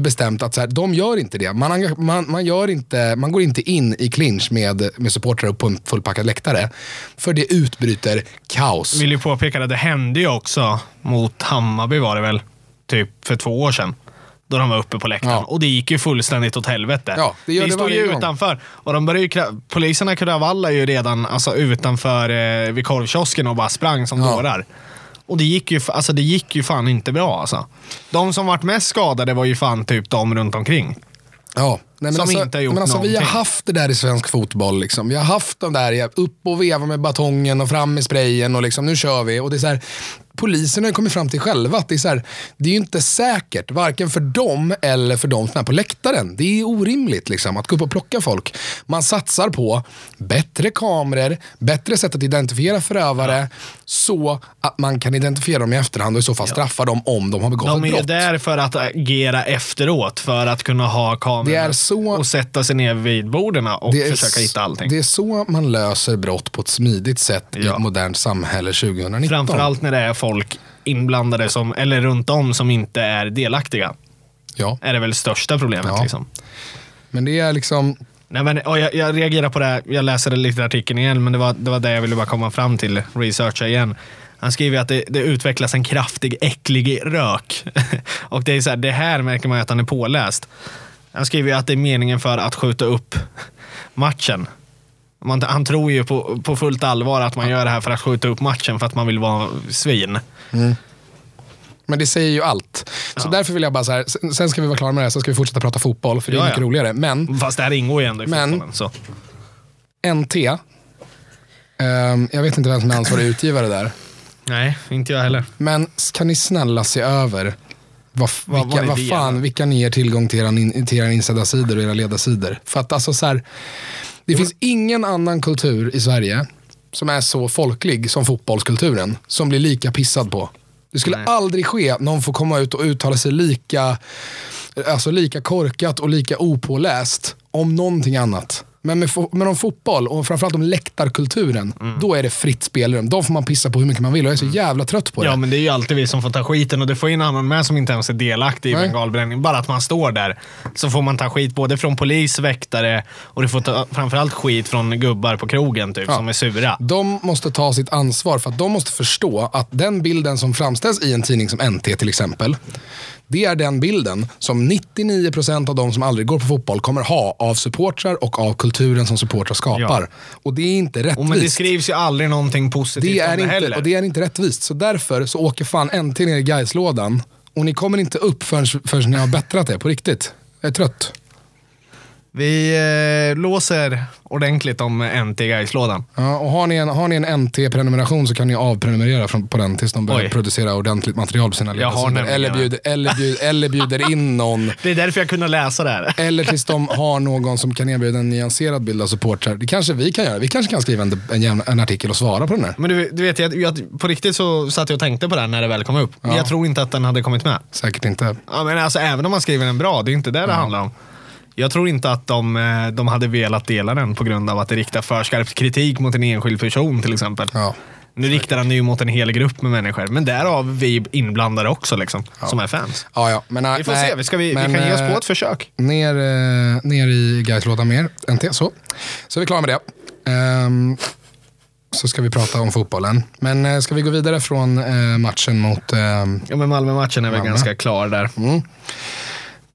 [SPEAKER 1] bestämt att så här, de gör inte det. Man, enga- man, man, gör inte, man går inte in i clinch med, med supportrar upp på en fullpackad läktare. För det utbryter kaos.
[SPEAKER 2] vill ju påpeka att det hände ju också mot Hammarby var det väl, typ för två år sedan. Då de var uppe på läktaren.
[SPEAKER 1] Ja.
[SPEAKER 2] Och det gick ju fullständigt åt helvete.
[SPEAKER 1] Ja, det gör
[SPEAKER 2] Vi
[SPEAKER 1] det
[SPEAKER 2] stod ju
[SPEAKER 1] varje gång.
[SPEAKER 2] utanför. Och de började ju, kra- poliserna kravallar ju redan alltså, utanför eh, vid korvkiosken och bara sprang som
[SPEAKER 1] Ja.
[SPEAKER 2] dårar. Och det gick, ju, f- alltså, det gick ju fan inte bra alltså. De som vart mest skadade var ju fan typ de runt omkring.
[SPEAKER 1] Ja. Nej, men
[SPEAKER 2] Som
[SPEAKER 1] alltså,
[SPEAKER 2] inte har gjort
[SPEAKER 1] men alltså, Vi har
[SPEAKER 2] någonting.
[SPEAKER 1] haft det där i svensk fotboll. Liksom. Vi har haft de där ja, upp och veva med batongen och fram med sprayen och liksom, nu kör vi. Och det är så här, polisen har ju kommit fram till själva att det är, så här, det är ju inte säkert, varken för dem eller för de som är på läktaren. Det är orimligt liksom, att gå upp och plocka folk. Man satsar på bättre kameror, bättre sätt att identifiera förövare så att man kan identifiera dem i efterhand och i så fall straffa dem om de har begått
[SPEAKER 2] De är
[SPEAKER 1] ett
[SPEAKER 2] ju
[SPEAKER 1] brott.
[SPEAKER 2] där för att agera efteråt, för att kunna ha kamerorna
[SPEAKER 1] Det är så-
[SPEAKER 2] och sätta sig ner vid borden och
[SPEAKER 1] är
[SPEAKER 2] försöka
[SPEAKER 1] s-
[SPEAKER 2] hitta allting.
[SPEAKER 1] Det är så man löser brott på ett smidigt sätt i
[SPEAKER 2] Ja.
[SPEAKER 1] ett modernt samhälle 2019.
[SPEAKER 2] Framförallt när det är folk inblandade som, eller runt om som inte är delaktiga.
[SPEAKER 1] Ja,
[SPEAKER 2] Är det väl största problemet.
[SPEAKER 1] Ja.
[SPEAKER 2] Liksom.
[SPEAKER 1] men det är liksom...
[SPEAKER 2] Nej, men, och jag, jag reagerar på det, här. jag läser det lite i artikeln igen, men det var, det var det jag ville bara komma fram till, researcha igen. Han skriver att det, det utvecklas en kraftig äcklig rök. och det är så här, det här märker man ju att han är påläst. Han skriver ju att det är meningen för att skjuta upp matchen. Man, han tror ju på, på fullt allvar att man gör det här för att skjuta upp matchen för att man vill vara svin.
[SPEAKER 1] Men det säger ju allt. Så därför vill jag bara så här, sen- sen ska vi vara klara med det här, sen ska vi fortsätta prata fotboll, för det är
[SPEAKER 2] Ja,
[SPEAKER 1] mycket
[SPEAKER 2] ja.
[SPEAKER 1] roligare. Men
[SPEAKER 2] Fast det här ingår ju ändå i
[SPEAKER 1] Men-
[SPEAKER 2] fotbollen. Så.
[SPEAKER 1] NT, ehm, jag vet inte vem som är ansvarig utgivare där,
[SPEAKER 2] Nej, inte jag heller.
[SPEAKER 1] men s- kan ni snälla se över vad, f-
[SPEAKER 2] Vad-
[SPEAKER 1] vilka,
[SPEAKER 2] vad är det?
[SPEAKER 1] vad fan, vilka ni ger tillgång till era, in, till era insidarsidor och era ledarsidor. För att alltså så här, det finns ingen annan kultur i Sverige som är så folklig som fotbollskulturen, som blir lika pissad på. Det skulle
[SPEAKER 2] Nej.
[SPEAKER 1] aldrig ske att någon får komma ut och uttala sig lika, alltså lika korkat och lika opåläst om någonting annat. Men, med, fo- men om fotboll och framförallt om läktarkulturen,
[SPEAKER 2] Mm.
[SPEAKER 1] då är det fritt spelrum. De får man pissa på hur mycket man vill och jag är så jävla trött på det.
[SPEAKER 2] Ja, men det är ju alltid vi som får ta skiten och det får ju en annan med som inte ens är delaktig i
[SPEAKER 1] Nej.
[SPEAKER 2] bengalbränningen. Bara att man står där så får man ta skit både från polis, väktare och du får ta framförallt skit från gubbar på krogen typ som är sura.
[SPEAKER 1] De måste ta sitt ansvar för att de måste förstå att den bilden som framställs i en tidning som NT till exempel, det är den bilden som 99% av de som aldrig går på fotboll kommer ha av supportrar och av kulturen som supportrar skapar.
[SPEAKER 2] Ja.
[SPEAKER 1] Och det är inte rättvist.
[SPEAKER 2] Och men det skrivs ju aldrig någonting positivt
[SPEAKER 1] Det är
[SPEAKER 2] om det
[SPEAKER 1] inte,
[SPEAKER 2] heller.
[SPEAKER 1] och det är inte rättvist. Så därför så åker fan NT ner i Gaislådan och ni kommer inte upp förrän, förrän ni har bättrat er på riktigt. Jag är trött.
[SPEAKER 2] Vi eh, låser ordentligt om eh, NT Gais-lådan.
[SPEAKER 1] Ja, och har ni en, har ni en NT-prenumeration så kan ni avprenumerera från, på den tills de börjar
[SPEAKER 2] Oj.
[SPEAKER 1] producera ordentligt material på sina
[SPEAKER 2] har
[SPEAKER 1] ledarsidor.
[SPEAKER 2] nämligen
[SPEAKER 1] Eller,
[SPEAKER 2] en.
[SPEAKER 1] bjud, eller, bjud, eller bjuder in någon.
[SPEAKER 2] Det är därför jag kunde läsa det här.
[SPEAKER 1] Eller tills de har någon som kan erbjuda en nyanserad bild av supportrar. Det kanske vi kan göra. Vi kanske kan skriva en, en, jämn- en artikel och svara på den här.
[SPEAKER 2] Men du, du vet, jag, jag, på riktigt så satt jag och tänkte på det här när det väl kom upp. Men Jag tror inte att den hade kommit med.
[SPEAKER 1] Säkert inte.
[SPEAKER 2] Ja, men alltså, även om man skriver den bra, det är inte det det handlar om. Jag tror inte att de, eh, de hade velat dela den på grund av att det riktar för skarp kritik mot en enskild person till exempel.
[SPEAKER 1] Ja.
[SPEAKER 2] Nu riktar han det ju mot en hel grupp med människor, men därav vi inblandade också liksom, som är fans.
[SPEAKER 1] Ja, ja. Men, äh,
[SPEAKER 2] Vi får
[SPEAKER 1] nej.
[SPEAKER 2] se, vi, ska vi,
[SPEAKER 1] Men,
[SPEAKER 2] vi kan ge oss
[SPEAKER 1] eh,
[SPEAKER 2] på ett försök.
[SPEAKER 1] Ner, eh, ner i Gaislådan mer. NT, så. Så är vi klara med det. Ehm, så ska vi prata om fotbollen. Men eh, ska vi gå vidare från eh, matchen mot ehm,
[SPEAKER 2] Ja, men Malmö-matchen är väl
[SPEAKER 1] Malmö.
[SPEAKER 2] ganska klar där.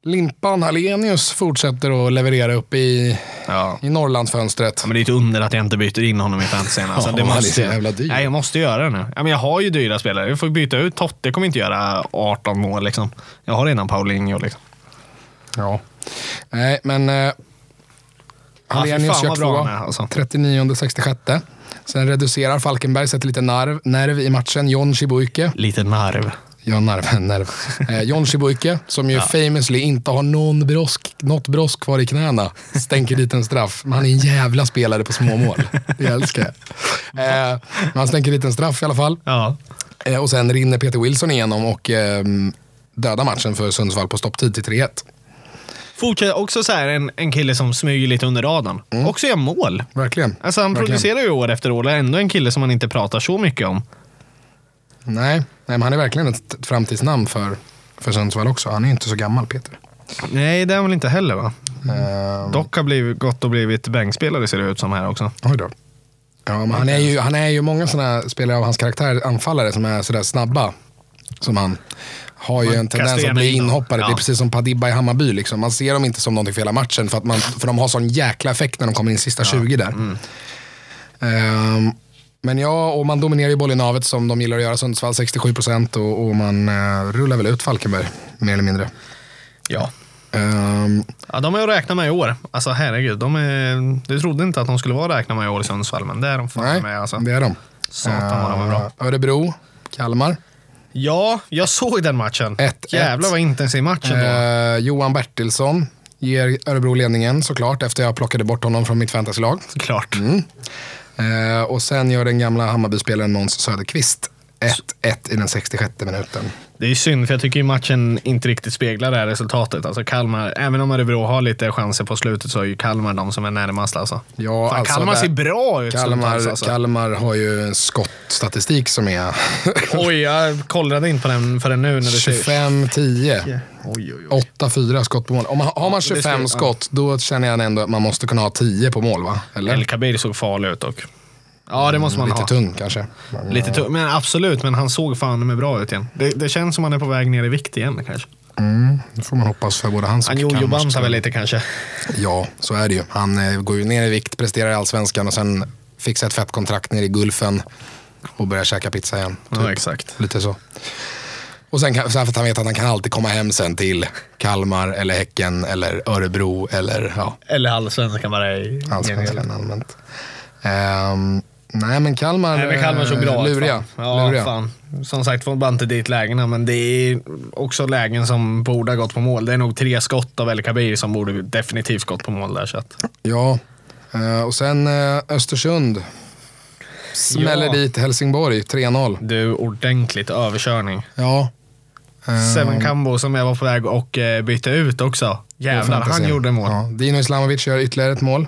[SPEAKER 1] Limpan Hallenius fortsätter att leverera upp i,
[SPEAKER 2] Ja.
[SPEAKER 1] i Norrlandsfönstret.
[SPEAKER 2] Ja, Men det är ett under att jag inte byter in honom i fantasyn. Alltså,
[SPEAKER 1] Ja,
[SPEAKER 2] det
[SPEAKER 1] han är
[SPEAKER 2] måste
[SPEAKER 1] så
[SPEAKER 2] jag.
[SPEAKER 1] jävla dyr.
[SPEAKER 2] Nej, jag måste göra det nu. Ja, men jag har ju dyra spelare. Jag får byta ut Totte. kommer inte göra 18 mål. Liksom. Jag har redan Paulinho. Liksom.
[SPEAKER 1] Ja. Nej, men eh,
[SPEAKER 2] Ja, fy
[SPEAKER 1] Hallenius
[SPEAKER 2] fan
[SPEAKER 1] gör
[SPEAKER 2] vad bra
[SPEAKER 1] två,
[SPEAKER 2] han är alltså.
[SPEAKER 1] 39 66. Sen reducerar Falkenberg, sätter lite nerv, nerv i matchen. John Chibuike.
[SPEAKER 2] Lite narv.
[SPEAKER 1] Ja, nerv, nerv. Eh, John Chibuike, som ju famously inte har någon brosk, något brosk kvar i knäna, stänker dit en straff. Men han är en jävla spelare på småmål. Det älskar jag. Eh, men han stänker dit en straff i alla fall.
[SPEAKER 2] Ja.
[SPEAKER 1] Eh, och sen rinner Peter Wilson igenom och eh, dödar matchen för Sundsvall på stopptid till 3-1.
[SPEAKER 2] Fortsätt också så här en, en kille som smyger lite under radarn. Också gör mål.
[SPEAKER 1] Verkligen.
[SPEAKER 2] Alltså han
[SPEAKER 1] Verkligen.
[SPEAKER 2] producerar ju år efter år och är ändå en kille som man inte pratar så mycket om.
[SPEAKER 1] Nej, nej, men han är verkligen ett ett framtidsnamn för, för Sundsvall också. Han är ju inte så gammal, Peter.
[SPEAKER 2] Nej, det är han väl inte heller va?
[SPEAKER 1] Eh,
[SPEAKER 2] Dock har blivit, gått och blivit bänkspelare ser det ut som här också.
[SPEAKER 1] Oj då. Ja, men han, är ju, han är ju många sådana spelare av hans karaktär, anfallare, som är sådär snabba. Som han har ju
[SPEAKER 2] Man
[SPEAKER 1] en tendens
[SPEAKER 2] kastar
[SPEAKER 1] att bli
[SPEAKER 2] gärna in dem.
[SPEAKER 1] inhoppare. Det är
[SPEAKER 2] Ja.
[SPEAKER 1] precis som Padibba i Hammarby. Liksom. Man ser dem inte som någonting för hela matchen. För, att man, för de har sån jäkla effekt när de kommer in sista 20 där.
[SPEAKER 2] Mm.
[SPEAKER 1] Ehm, men ja, och man dominerar ju bollen i navet som de gillar att göra. Sundsvall 67% och, och man eh, rullar väl ut Falkenberg, mer eller mindre.
[SPEAKER 2] Ja.
[SPEAKER 1] Ehm,
[SPEAKER 2] ja de är att räkna med i år. Alltså herregud, de är, du trodde inte att de skulle vara att räkna med i år i Sundsvall, men det är de fan
[SPEAKER 1] nej,
[SPEAKER 2] med alltså.
[SPEAKER 1] det är de.
[SPEAKER 2] Satan vad de är bra.
[SPEAKER 1] Ehm, Örebro, Kalmar.
[SPEAKER 2] Ja, jag såg den matchen.
[SPEAKER 1] 1-1.
[SPEAKER 2] Jävlar vad intensiv matchen då.
[SPEAKER 1] Eh, Johan Bertilsson ger Örebro ledningen såklart efter jag plockade bort honom från mitt fantasylag.
[SPEAKER 2] Klart.
[SPEAKER 1] Eh, och sen gör den gamla Hammarbyspelaren Måns Söderqvist 1-1 i den 66 minuten.
[SPEAKER 2] Det är ju synd, för jag tycker ju matchen inte riktigt speglar det här resultatet. Alltså Kalmar, även om Örebro har lite chanser på slutet så är ju Kalmar de som är närmast. Alltså.
[SPEAKER 1] Ja,
[SPEAKER 2] Fan,
[SPEAKER 1] alltså,
[SPEAKER 2] Kalmar
[SPEAKER 1] där-
[SPEAKER 2] ser bra ut
[SPEAKER 1] Kalmar,
[SPEAKER 2] stundtals, alltså.
[SPEAKER 1] Kalmar har ju en skottstatistik som är
[SPEAKER 2] Oj, jag kollade inte på den förrän nu. När det ser-
[SPEAKER 1] 25-10.
[SPEAKER 2] Oj, oj, oj.
[SPEAKER 1] 8-4 skott på mål. Om man, har man
[SPEAKER 2] det ska-
[SPEAKER 1] 25
[SPEAKER 2] ja.
[SPEAKER 1] skott, då känner jag ändå att man måste kunna ha 10 på mål, va? Eller?
[SPEAKER 2] El Kabir såg farlig ut dock. Ja, det måste man
[SPEAKER 1] Lite
[SPEAKER 2] ha.
[SPEAKER 1] tung kanske.
[SPEAKER 2] Lite tung. Men absolut, men han såg fan med bra ut igen. Det, det känns som han är på väg ner i vikt igen kanske.
[SPEAKER 1] Mm, det får man hoppas för både hans och
[SPEAKER 2] Han jojo
[SPEAKER 1] Kalmars
[SPEAKER 2] bantar väl lite kanske.
[SPEAKER 1] Ja, så är det ju. Han eh, går ju ner i vikt, presterar i allsvenskan och sen fixar ett fett kontrakt nere i Gulfen och börjar käka pizza igen. Typ.
[SPEAKER 2] Ja, exakt.
[SPEAKER 1] Lite så. Och sen, kan, sen för att han vet att han kan alltid komma hem sen till Kalmar eller Häcken eller Örebro eller ja,
[SPEAKER 2] Eller allsvenskan bara i
[SPEAKER 1] allsvenskan allmänt. Ehm, nej, men Kalmar, eh,
[SPEAKER 2] Nej, men Kalmar såg bra ut,
[SPEAKER 1] luriga.
[SPEAKER 2] fan. Ja,
[SPEAKER 1] luriga.
[SPEAKER 2] fan. Som sagt, får bara inte dit lägena, men det är också lägen som borde ha gått på mål. Det är nog tre skott av El Kabir som borde definitivt gått på mål där. Så att.
[SPEAKER 1] Ja, Eh, och sen eh, Östersund smäller
[SPEAKER 2] Ja.
[SPEAKER 1] dit Helsingborg 3-0.
[SPEAKER 2] Du, ordentligt överkörning.
[SPEAKER 1] Ja. Ehm,
[SPEAKER 2] Seven Kambo som jag var på väg och eh, bytte ut också. Jävlar, han
[SPEAKER 1] fantasin.
[SPEAKER 2] gjorde mål. Ja.
[SPEAKER 1] Ja, Dino Islamovic gör ytterligare ett mål.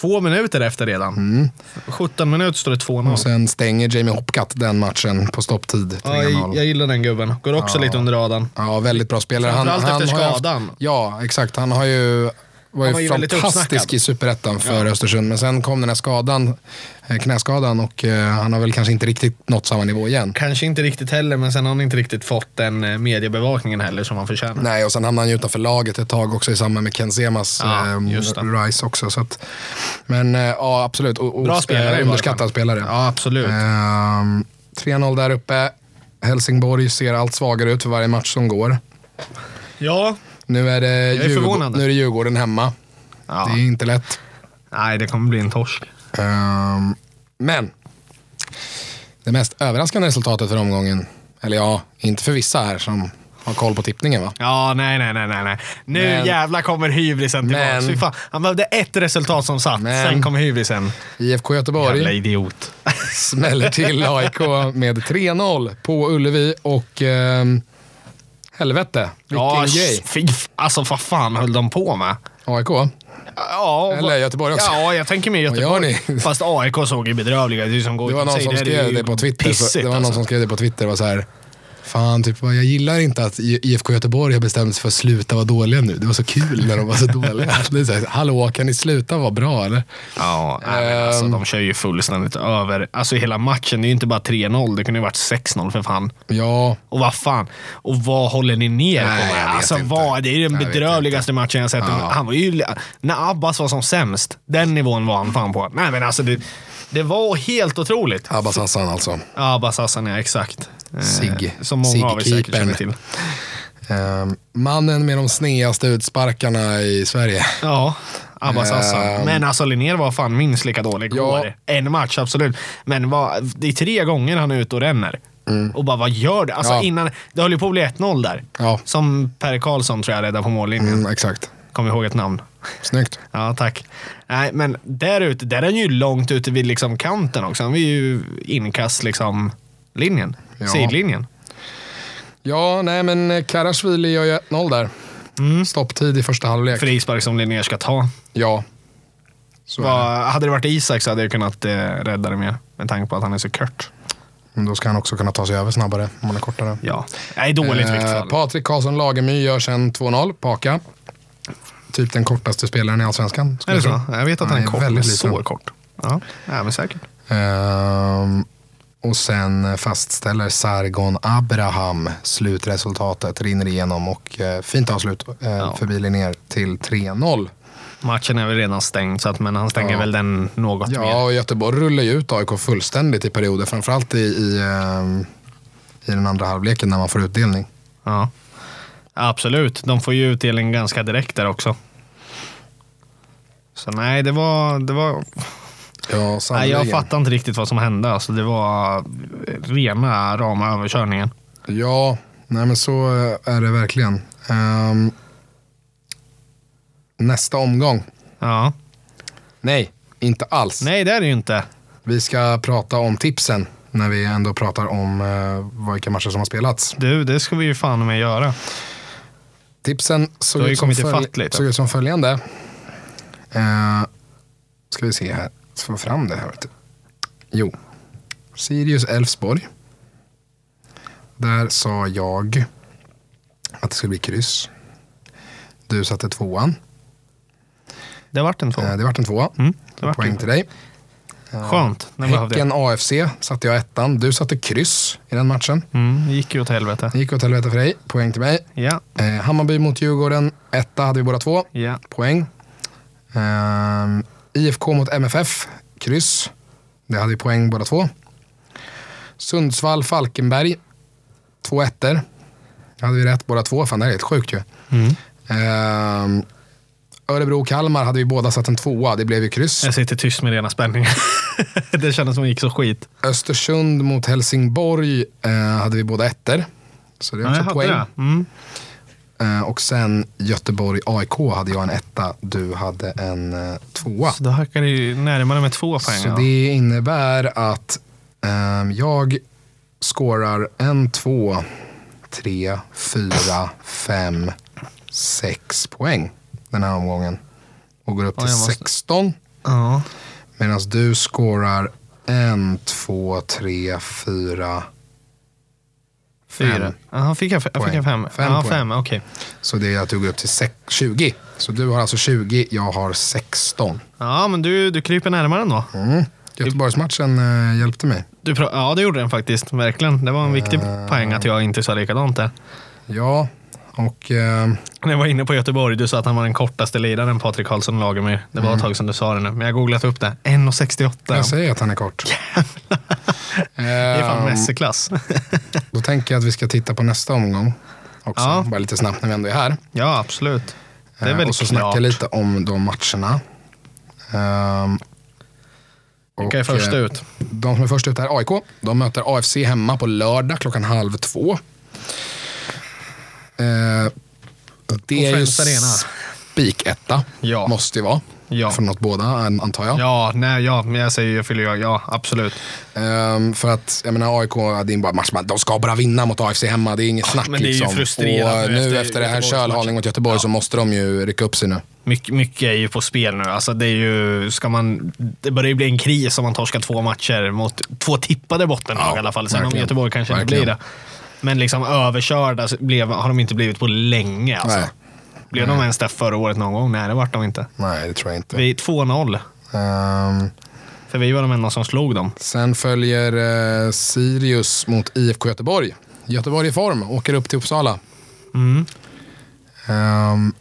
[SPEAKER 2] två minuter efter redan. 17 minuter står det 2-0.
[SPEAKER 1] Mm. Och sen stänger Jamie Hopcat den matchen på stopptid.
[SPEAKER 2] ja, jag,
[SPEAKER 1] 3-0.
[SPEAKER 2] jag gillar den gubben. Går också lite under radarn.
[SPEAKER 1] Ja, väldigt bra spelare.
[SPEAKER 2] Framförallt efter
[SPEAKER 1] har ju
[SPEAKER 2] skadan.
[SPEAKER 1] ja, exakt. Han har ju var ju,
[SPEAKER 2] var ju väldigt
[SPEAKER 1] fantastisk
[SPEAKER 2] uppsnackad.
[SPEAKER 1] i superettan för Östersund. Men sen kom den här skadan, eh, knäskadan och eh, han har väl kanske inte riktigt nått samma nivå igen.
[SPEAKER 2] Kanske inte riktigt heller, men sen har han inte riktigt fått den eh, mediebevakningen heller som han förtjänar.
[SPEAKER 1] Nej, och sen hamnade han ju utanför laget ett tag också i samband med Ken Semas
[SPEAKER 2] Ja,
[SPEAKER 1] eh,
[SPEAKER 2] just det.
[SPEAKER 1] rise också. Så att, men eh, ja, absolut. O- o-
[SPEAKER 2] Bra spelare i varje fall.
[SPEAKER 1] Underskattad spelare.
[SPEAKER 2] Ja, absolut.
[SPEAKER 1] Ehm, 3-0 där uppe. Helsingborg ser allt svagare ut för varje match som går.
[SPEAKER 2] Ja.
[SPEAKER 1] Nu är det,
[SPEAKER 2] är
[SPEAKER 1] Djurgården,
[SPEAKER 2] förvånad.
[SPEAKER 1] nu är det Djurgården hemma.
[SPEAKER 2] ja.
[SPEAKER 1] Det är inte lätt.
[SPEAKER 2] Nej, det kommer bli en torsk.
[SPEAKER 1] Ehm, men det mest överraskande resultatet för omgången, eller ja, inte för vissa här som har koll på tippningen va?
[SPEAKER 2] Ja, nej, nej, nej, nej. nej. Nu
[SPEAKER 1] Men-
[SPEAKER 2] jävlar kommer hybrisen
[SPEAKER 1] Men-
[SPEAKER 2] tillbaks. Fy fan, han behövde ett resultat som satt,
[SPEAKER 1] Men-
[SPEAKER 2] sen kom hybrisen.
[SPEAKER 1] IFK Göteborg
[SPEAKER 2] Jävla idiot.
[SPEAKER 1] smäller till AIK med 3-0 på Ullevi och ehm, helvete, vilken
[SPEAKER 2] Ja,
[SPEAKER 1] grej.
[SPEAKER 2] fy, f- alltså vad fan höll de på med?
[SPEAKER 1] AIK,
[SPEAKER 2] Ja,
[SPEAKER 1] Eller
[SPEAKER 2] vad-
[SPEAKER 1] Göteborg också.
[SPEAKER 2] Ja, jag tänker mer
[SPEAKER 1] gör
[SPEAKER 2] Göteborg.
[SPEAKER 1] ni?
[SPEAKER 2] Fast AIK såg ju bedrövliga ut. som går
[SPEAKER 1] Det var
[SPEAKER 2] ut och
[SPEAKER 1] någon
[SPEAKER 2] säger,
[SPEAKER 1] som
[SPEAKER 2] här är
[SPEAKER 1] skrev
[SPEAKER 2] ju
[SPEAKER 1] det på Twitter. så,
[SPEAKER 2] Pissigt,
[SPEAKER 1] det var någon
[SPEAKER 2] alltså.
[SPEAKER 1] som skrev det på Twitter. Det var så här, Fan, typ, bara, jag gillar inte att I- IFK Göteborg har bestämt sig för att sluta vara dåliga nu. Det var så kul när de var så dåliga. Det är så här, Hallå, kan ni sluta vara bra eller?
[SPEAKER 2] Ja, nej, men alltså, de kör ju fullständigt över. Alltså hela matchen, det är ju inte bara 3-0. Det kunde ju varit 6-0 för fan.
[SPEAKER 1] Ja,
[SPEAKER 2] Och vad fan, och vad håller ni ner
[SPEAKER 1] Nej,
[SPEAKER 2] på
[SPEAKER 1] jag
[SPEAKER 2] med?
[SPEAKER 1] vet
[SPEAKER 2] Alltså,
[SPEAKER 1] inte.
[SPEAKER 2] vad, det är ju den
[SPEAKER 1] Jag vet
[SPEAKER 2] bedrövligaste matchen jag sett.
[SPEAKER 1] Ja.
[SPEAKER 2] Han var ju, när Abbas var som sämst, den nivån var han fan på. Nej men alltså, det, det var helt otroligt.
[SPEAKER 1] Abbas Hassan alltså.
[SPEAKER 2] Abbas Hassan, ja exakt. Eh,
[SPEAKER 1] Sig.
[SPEAKER 2] Som många av er säkert
[SPEAKER 1] Sigkeepern.
[SPEAKER 2] känner till.
[SPEAKER 1] Ehm, mannen med de sneaste utsparkarna i Sverige.
[SPEAKER 2] Ja, Abbasassa.
[SPEAKER 1] Ehm.
[SPEAKER 2] Men alltså Linnér var fan minst lika dålig
[SPEAKER 1] Ja.
[SPEAKER 2] igår. En match, absolut. Men vad, det är tre gånger han är ute och ränner. Och bara, vad gör det? Alltså,
[SPEAKER 1] Mm. Ja.
[SPEAKER 2] innan, det höll ju på att bli 1-0 där.
[SPEAKER 1] Ja.
[SPEAKER 2] Som Per Karlsson tror jag räddade på mållinjen.
[SPEAKER 1] Mm, exakt.
[SPEAKER 2] Kom ihåg ett namn.
[SPEAKER 1] Snyggt.
[SPEAKER 2] Ja, tack. Nej, men där ute, där är han ju långt ute vid liksom kanten också. Han är ju inkast liksom linjen.
[SPEAKER 1] Ja.
[SPEAKER 2] Sidlinjen.
[SPEAKER 1] Ja, nej men eh, Karasvili gör ju 1-0 där.
[SPEAKER 2] Mm.
[SPEAKER 1] Stopptid i första halvlek.
[SPEAKER 2] Frispark som Linnér ska ta.
[SPEAKER 1] Ja. Så är
[SPEAKER 2] Vad- hade det varit Isak så hade jag kunnat eh, rädda det mer. Med tanke på att han är så kort.
[SPEAKER 1] det. Men mm, Då ska han också kunna ta sig över snabbare om han är kortare.
[SPEAKER 2] Ja. Nej, dåligt
[SPEAKER 1] Eh,
[SPEAKER 2] eh,
[SPEAKER 1] Patrik Karlsson Lagemyr gör sen 2-0, Paka. Typ den kortaste spelaren i Allsvenskan.
[SPEAKER 2] Är
[SPEAKER 1] skulle
[SPEAKER 2] det
[SPEAKER 1] jag
[SPEAKER 2] så?
[SPEAKER 1] tro.
[SPEAKER 2] Jag vet att han är
[SPEAKER 1] Nej,
[SPEAKER 2] kort, men
[SPEAKER 1] väldigt
[SPEAKER 2] så
[SPEAKER 1] liten.
[SPEAKER 2] kort. Ja, nej, men säkert.
[SPEAKER 1] Ehm, och sen fastställer Sargon Abraham slutresultatet, rinner igenom och eh, fint avslut eh, förbi Linnér till 3-0.
[SPEAKER 2] Matchen är väl redan stängd, så att, men han stänger
[SPEAKER 1] Ja.
[SPEAKER 2] väl den något
[SPEAKER 1] Ja,
[SPEAKER 2] mer.
[SPEAKER 1] och Göteborg rullar ju ut AIK fullständigt i perioder, framförallt i, i, ehm, i den andra halvleken när man får utdelning.
[SPEAKER 2] Ja. Absolut, de får ju utdelning ganska direkt där också. Så nej, det var... Det var
[SPEAKER 1] Ja,
[SPEAKER 2] nej, jag
[SPEAKER 1] sannerligen.
[SPEAKER 2] fattar inte riktigt vad som hände. Alltså, det var eh, rena rama överkörningen.
[SPEAKER 1] Ja, nej men så eh, är det verkligen. Ehm, nästa omgång.
[SPEAKER 2] Ja.
[SPEAKER 1] Nej, inte alls.
[SPEAKER 2] Nej, det är det ju inte.
[SPEAKER 1] Vi ska prata om tipsen när vi ändå pratar om eh, vilka matcher som har spelats.
[SPEAKER 2] Du, det ska vi ju fan med göra.
[SPEAKER 1] Tipsen
[SPEAKER 2] Du
[SPEAKER 1] såg,
[SPEAKER 2] har ju
[SPEAKER 1] ut som,
[SPEAKER 2] kommit ifatt lite.
[SPEAKER 1] såg ut som följande. Eh, ska vi se här, få fram det här. Vet du. Jo, Sirius Elfsborg. Där sa jag att det skulle bli kryss. Du satte tvåan.
[SPEAKER 2] Det vart en två.
[SPEAKER 1] Eh, det vart en tvåa.
[SPEAKER 2] Mm, det vart
[SPEAKER 1] Poäng
[SPEAKER 2] en.
[SPEAKER 1] till dig.
[SPEAKER 2] Skönt. När man behövde det.
[SPEAKER 1] Häcken AFC satte jag ettan. Du satte kryss i den matchen.
[SPEAKER 2] Mm, det gick ju åt helvete.
[SPEAKER 1] Det gick åt helvete för dig. Poäng till mig.
[SPEAKER 2] Ja,
[SPEAKER 1] Eh, Hammarby mot Djurgården. Etta hade vi båda två.
[SPEAKER 2] ja.
[SPEAKER 1] Poäng. Ehm, IFK mot MFF. Kryss. Det hade vi poäng båda två. Sundsvall-Falkenberg. Två ettor. Det hade vi rätt båda två. Fan, det här är helt sjukt ju.
[SPEAKER 2] Mm.
[SPEAKER 1] Ehm, Örebro-Kalmar hade vi båda satt en tvåa. Det blev ju kryss.
[SPEAKER 2] Jag sitter tyst med rena spänningen. det kändes som det gick så skit.
[SPEAKER 1] Östersund mot Helsingborg eh, hade vi båda ettor. Så det är också poäng.
[SPEAKER 2] Mm.
[SPEAKER 1] Eh, och sen Göteborg-AIK hade jag en etta, du hade en eh, tvåa.
[SPEAKER 2] Så då hackar det ju närmare med två poäng.
[SPEAKER 1] Så
[SPEAKER 2] då.
[SPEAKER 1] det innebär att ehm, jag scorar en, två, tre, fyra, fem, sex poäng den här omgången. Och går upp till
[SPEAKER 2] Ja, jag måste-
[SPEAKER 1] 16.
[SPEAKER 2] Ja.
[SPEAKER 1] Medan du scorar en, två, tre, fyra.
[SPEAKER 2] Fyra.
[SPEAKER 1] Fem.
[SPEAKER 2] Ja, han fick jag, f- jag fick
[SPEAKER 1] Poäng.
[SPEAKER 2] jag fem?
[SPEAKER 1] Fem
[SPEAKER 2] ja,
[SPEAKER 1] poäng.
[SPEAKER 2] fem. Okej.
[SPEAKER 1] Så det är att du går upp till sex, 20. Så du har alltså 20, jag har 16.
[SPEAKER 2] Ja, men du, du kryper närmare ändå.
[SPEAKER 1] Mm. Göteborgsmatchen eh, hjälpte mig.
[SPEAKER 2] Du pra- ja, det gjorde den faktiskt. Verkligen. Det var en viktig
[SPEAKER 1] Eh.
[SPEAKER 2] poäng att jag inte sa likadant där.
[SPEAKER 1] Ja, och eh,
[SPEAKER 2] När jag var inne på Göteborg, du sa att han var den kortaste liraren, Patrik Karlsson Lagemyr. Det
[SPEAKER 1] Mm.
[SPEAKER 2] var ett tag sedan du sa det nu, men jag har googlat upp det. 1,68.
[SPEAKER 1] jag säger att han är kort. det
[SPEAKER 2] det är fan Messi-klass.
[SPEAKER 1] Då tänker jag att vi ska titta på nästa omgång också.
[SPEAKER 2] Ja.
[SPEAKER 1] Bara lite snabbt när vi ändå är här.
[SPEAKER 2] ja, absolut. Det är
[SPEAKER 1] Eh,
[SPEAKER 2] väl
[SPEAKER 1] och så
[SPEAKER 2] klart.
[SPEAKER 1] snacka lite om de matcherna. Ehm,
[SPEAKER 2] Vilka är
[SPEAKER 1] och,
[SPEAKER 2] först
[SPEAKER 1] eh,
[SPEAKER 2] ut?
[SPEAKER 1] De som är först ut är AIK. De möter AFC hemma på lördag klockan halv två. Eh, det är ju
[SPEAKER 2] Friends Arena.
[SPEAKER 1] spiketta.
[SPEAKER 2] Ja.
[SPEAKER 1] Måste ju vara.
[SPEAKER 2] Ja.
[SPEAKER 1] Från något båda an- antar jag.
[SPEAKER 2] Ja, nej, ja, men jag säger ju fyller jag. Ja, absolut.
[SPEAKER 1] Ehm, för att jag menar, AIK, det är bara match, man- de ska bara vinna mot AFC hemma. Det är inget snack.
[SPEAKER 2] men det är ju
[SPEAKER 1] liksom.
[SPEAKER 2] frustrerande
[SPEAKER 1] Och
[SPEAKER 2] nu
[SPEAKER 1] nu efter,
[SPEAKER 2] efter
[SPEAKER 1] det här
[SPEAKER 2] Göteborgs
[SPEAKER 1] kölhalning
[SPEAKER 2] matchen.
[SPEAKER 1] mot Göteborg
[SPEAKER 2] Ja.
[SPEAKER 1] så måste de ju rycka upp sig nu.
[SPEAKER 2] Mycket, mycket är ju på spel nu. Alltså det, är ju, ska man, det börjar ju bli en kris om man torskar två matcher mot två tippade bottenlag
[SPEAKER 1] Ja,
[SPEAKER 2] i alla fall. Sen om
[SPEAKER 1] verkligen.
[SPEAKER 2] Göteborg kanske
[SPEAKER 1] Verkligen.
[SPEAKER 2] inte blir det. Men liksom överkörda så blev, har de inte blivit på länge. Alltså.
[SPEAKER 1] Nej.
[SPEAKER 2] Blev de ens där förra året någon gång? Nej, det vart de inte.
[SPEAKER 1] Nej, det tror jag inte.
[SPEAKER 2] Vi 2-0.
[SPEAKER 1] Ehm,
[SPEAKER 2] För vi var de enda som slog dem.
[SPEAKER 1] sen följer eh, Sirius mot IFK Göteborg. Göteborg i form, åker upp till Uppsala.
[SPEAKER 2] Mm.
[SPEAKER 1] Ehm,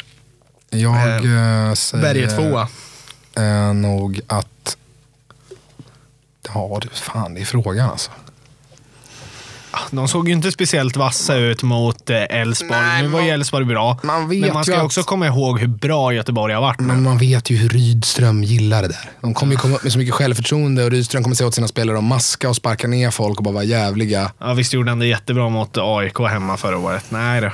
[SPEAKER 1] jag eh, säger
[SPEAKER 2] Äh, Berge tvåa.
[SPEAKER 1] eh, nog att... Ja, du, fan det är frågan alltså.
[SPEAKER 2] de såg ju inte speciellt vassa ut mot eh, Elfsborg.
[SPEAKER 1] Nej,
[SPEAKER 2] nu var ju
[SPEAKER 1] man-
[SPEAKER 2] Elfsborg bra.
[SPEAKER 1] man vet
[SPEAKER 2] men man ska
[SPEAKER 1] ju
[SPEAKER 2] ju
[SPEAKER 1] att-
[SPEAKER 2] också komma ihåg hur bra Göteborg har varit.
[SPEAKER 1] Men man vet ju hur Rydström gillar det där. De kommer ju komma upp med så mycket självförtroende och Rydström kommer säga åt sina spelare att maska och sparka ner folk och bara vara jävliga.
[SPEAKER 2] Ja, visst gjorde han det jättebra mot AIK hemma förra året. Nej då.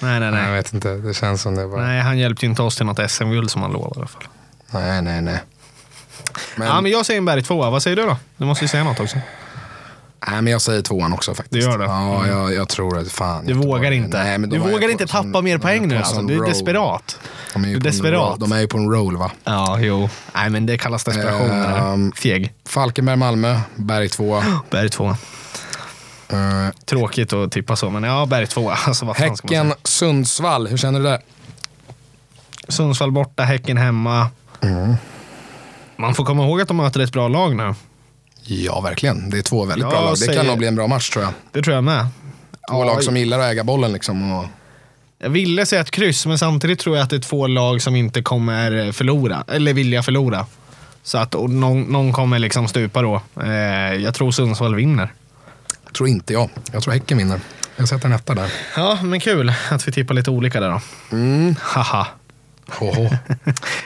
[SPEAKER 2] Nej, nej, nej.
[SPEAKER 1] vet inte, det känns som det bara...
[SPEAKER 2] Nej, han hjälpte ju inte oss till något SM-guld som han lovade i alla fall.
[SPEAKER 1] Nej, nej, nej. Men,
[SPEAKER 2] Ja, men jag säger en bergtvåa. Vad säger du då? Du måste ju säga något också.
[SPEAKER 1] nej, men jag säger tvåan också faktiskt.
[SPEAKER 2] Du gör det? Mm.
[SPEAKER 1] Ja, jag, jag tror att fan.
[SPEAKER 2] Du
[SPEAKER 1] Göteborg-
[SPEAKER 2] vågar inte.
[SPEAKER 1] Nej, men de
[SPEAKER 2] du
[SPEAKER 1] är ju
[SPEAKER 2] vågar
[SPEAKER 1] på
[SPEAKER 2] inte
[SPEAKER 1] en
[SPEAKER 2] tappa
[SPEAKER 1] sån-
[SPEAKER 2] mer poäng
[SPEAKER 1] de
[SPEAKER 2] nu
[SPEAKER 1] är på en
[SPEAKER 2] alltså.
[SPEAKER 1] sån
[SPEAKER 2] Du är
[SPEAKER 1] roll.
[SPEAKER 2] desperat.
[SPEAKER 1] De är ju
[SPEAKER 2] Du är
[SPEAKER 1] på en
[SPEAKER 2] desperat.
[SPEAKER 1] roll. De är ju på en roll va.
[SPEAKER 2] Ja, jo. Nej, men det kallas desperation. det här.
[SPEAKER 1] Ehm.
[SPEAKER 2] Feg.
[SPEAKER 1] Falkenberg, Malmö, Berg tvåa.
[SPEAKER 2] Bergtvåa.
[SPEAKER 1] Eh,
[SPEAKER 2] Tråkigt att tippa så, men ja, bergtvåa. Alltså, vad fan ska man
[SPEAKER 1] Häcken, Sundsvall. Hur känner du där?
[SPEAKER 2] säga? Sundsvall borta, Häcken hemma.
[SPEAKER 1] Mm.
[SPEAKER 2] Man får komma ihåg att de möter ett bra lag nu.
[SPEAKER 1] Ja, verkligen. Det är två väldigt
[SPEAKER 2] Jag
[SPEAKER 1] bra lag. Det
[SPEAKER 2] säger-
[SPEAKER 1] kan nog bli en bra match tror jag.
[SPEAKER 2] Det tror jag med.
[SPEAKER 1] Två
[SPEAKER 2] Ja,
[SPEAKER 1] lag som gillar att äga bollen liksom. Och...
[SPEAKER 2] Jag ville säga ett kryss, men samtidigt tror jag att det är två lag som inte kommer förlora, eller vilja förlora. Så att och någon, någon kommer liksom stupa då. Eh, jag tror Sundsvall vinner.
[SPEAKER 1] Tror inte jag. Jag tror Häcken vinner. Jag sätter en etta där.
[SPEAKER 2] Ja, men kul att vi tippar lite olika där då.
[SPEAKER 1] Mm.
[SPEAKER 2] Haha.
[SPEAKER 1] Hoho.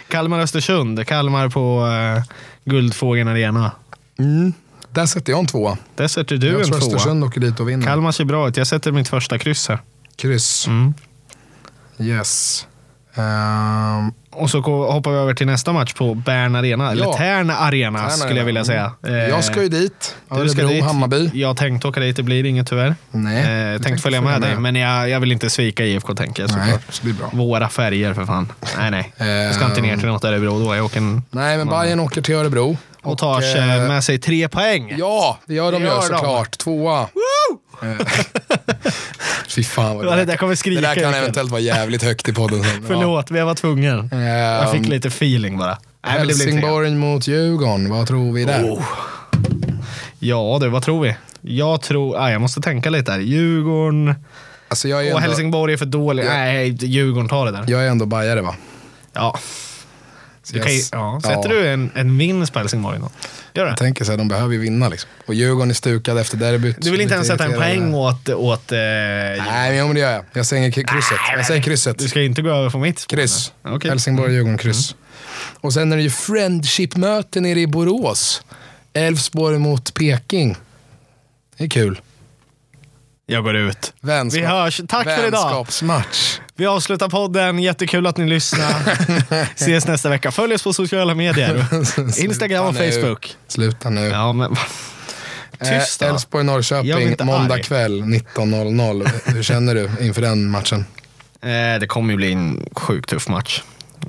[SPEAKER 2] Kalmar-Östersund. Kalmar på eh, Guldfågeln Arena.
[SPEAKER 1] Mm. Där sätter jag en tvåa.
[SPEAKER 2] Där sätter du
[SPEAKER 1] jag
[SPEAKER 2] en
[SPEAKER 1] tror
[SPEAKER 2] tvåa.
[SPEAKER 1] Östersund åker dit och vinner.
[SPEAKER 2] Kalmar ser bra ut. Jag sätter mitt första kryss här.
[SPEAKER 1] Kryss.
[SPEAKER 2] Mm.
[SPEAKER 1] Yes. Ehm,
[SPEAKER 2] Och så ko- hoppar vi över till nästa match på Bern Arena. Eller
[SPEAKER 1] Ja.
[SPEAKER 2] Tärn Arena
[SPEAKER 1] Tärn
[SPEAKER 2] skulle
[SPEAKER 1] Arena.
[SPEAKER 2] jag vilja säga. Eh,
[SPEAKER 1] Mm. jag ska ju dit.
[SPEAKER 2] du ska
[SPEAKER 1] Örebro,
[SPEAKER 2] dit.
[SPEAKER 1] Hammarby.
[SPEAKER 2] Jag tänkte åka dit, det blir inget tyvärr.
[SPEAKER 1] Nej.
[SPEAKER 2] Eh,
[SPEAKER 1] du
[SPEAKER 2] tänkte, följa med, dig, men jag, jag vill inte svika IFK tänker jag
[SPEAKER 1] Nej,
[SPEAKER 2] såklart.
[SPEAKER 1] så det blir bra.
[SPEAKER 2] Våra färger för fan. Nej, nej. Jag ska inte ner till något Örebro då. Jag åker en,
[SPEAKER 1] Ehm, Nej, men Bayern åker till Örebro.
[SPEAKER 2] och tar
[SPEAKER 1] Och,
[SPEAKER 2] sig
[SPEAKER 1] eh,
[SPEAKER 2] med sig tre poäng.
[SPEAKER 1] Ja, det gör de
[SPEAKER 2] Det
[SPEAKER 1] ju
[SPEAKER 2] gör de.
[SPEAKER 1] såklart. Tvåa. Eh, Fy fan vad
[SPEAKER 2] Ja, det där kommer
[SPEAKER 1] det
[SPEAKER 2] skrika.
[SPEAKER 1] där kan
[SPEAKER 2] ikväll.
[SPEAKER 1] eventuellt vara jävligt högt i podden sen. Ja.
[SPEAKER 2] Förlåt, men jag var tvungen.
[SPEAKER 1] Ehm,
[SPEAKER 2] Jag fick lite feeling bara. Nej, men det blev tre.
[SPEAKER 1] Helsingborg mot Djurgården, vad tror vi där?
[SPEAKER 2] Oh. Ja du, vad tror vi? Jag tror, ah, jag måste tänka lite här. Djurgården
[SPEAKER 1] Alltså jag är,
[SPEAKER 2] och
[SPEAKER 1] ändå,
[SPEAKER 2] Helsingborg är för dåliga.
[SPEAKER 1] Ja.
[SPEAKER 2] Nej, Djurgården tar det där.
[SPEAKER 1] jag är ändå bajare va?
[SPEAKER 2] Ja.
[SPEAKER 1] Så
[SPEAKER 2] Du kan ju,
[SPEAKER 1] jag-
[SPEAKER 2] ja. Sätter du en, en vinst på Helsingborg då? Gör det.
[SPEAKER 1] Jag tänker så här, de behöver ju vinna liksom. Och Djurgården är stukade efter derbyt.
[SPEAKER 2] Du vill
[SPEAKER 1] så
[SPEAKER 2] inte
[SPEAKER 1] lite
[SPEAKER 2] ens sätta en
[SPEAKER 1] irriterade
[SPEAKER 2] poäng
[SPEAKER 1] där.
[SPEAKER 2] åt... åt eh,
[SPEAKER 1] Nej, men, jo, men det gör jag. Jag säger k- krysset.
[SPEAKER 2] Nej, men-
[SPEAKER 1] Jag säger krysset.
[SPEAKER 2] du ska inte gå över på mitt spår.
[SPEAKER 1] Kryss.
[SPEAKER 2] nu. Okej. Mm.
[SPEAKER 1] Helsingborg, Djurgården, kryss. Och sen är det ju Friendship-möte nere i Borås. Elfsborg mot Peking. Det är kul.
[SPEAKER 2] Jag går ut.
[SPEAKER 1] Vänskap.
[SPEAKER 2] Vi hörs. Tack för idag.
[SPEAKER 1] Vänskapsmatch.
[SPEAKER 2] Vi avslutar podden. Jättekul att ni lyssnar. Ses nästa vecka. Följ oss på sociala medier. Instagram och
[SPEAKER 1] Sluta nu.
[SPEAKER 2] Facebook.
[SPEAKER 1] Sluta nu.
[SPEAKER 2] Ja, men...
[SPEAKER 1] Eh,
[SPEAKER 2] Tyst då.
[SPEAKER 1] Elfsborg,
[SPEAKER 2] Jag blir
[SPEAKER 1] Norrköping,
[SPEAKER 2] inte
[SPEAKER 1] måndag
[SPEAKER 2] arg.
[SPEAKER 1] kväll 19.00. Hur känner du inför den matchen?
[SPEAKER 2] Eh, det kommer ju bli en sjukt tuff match.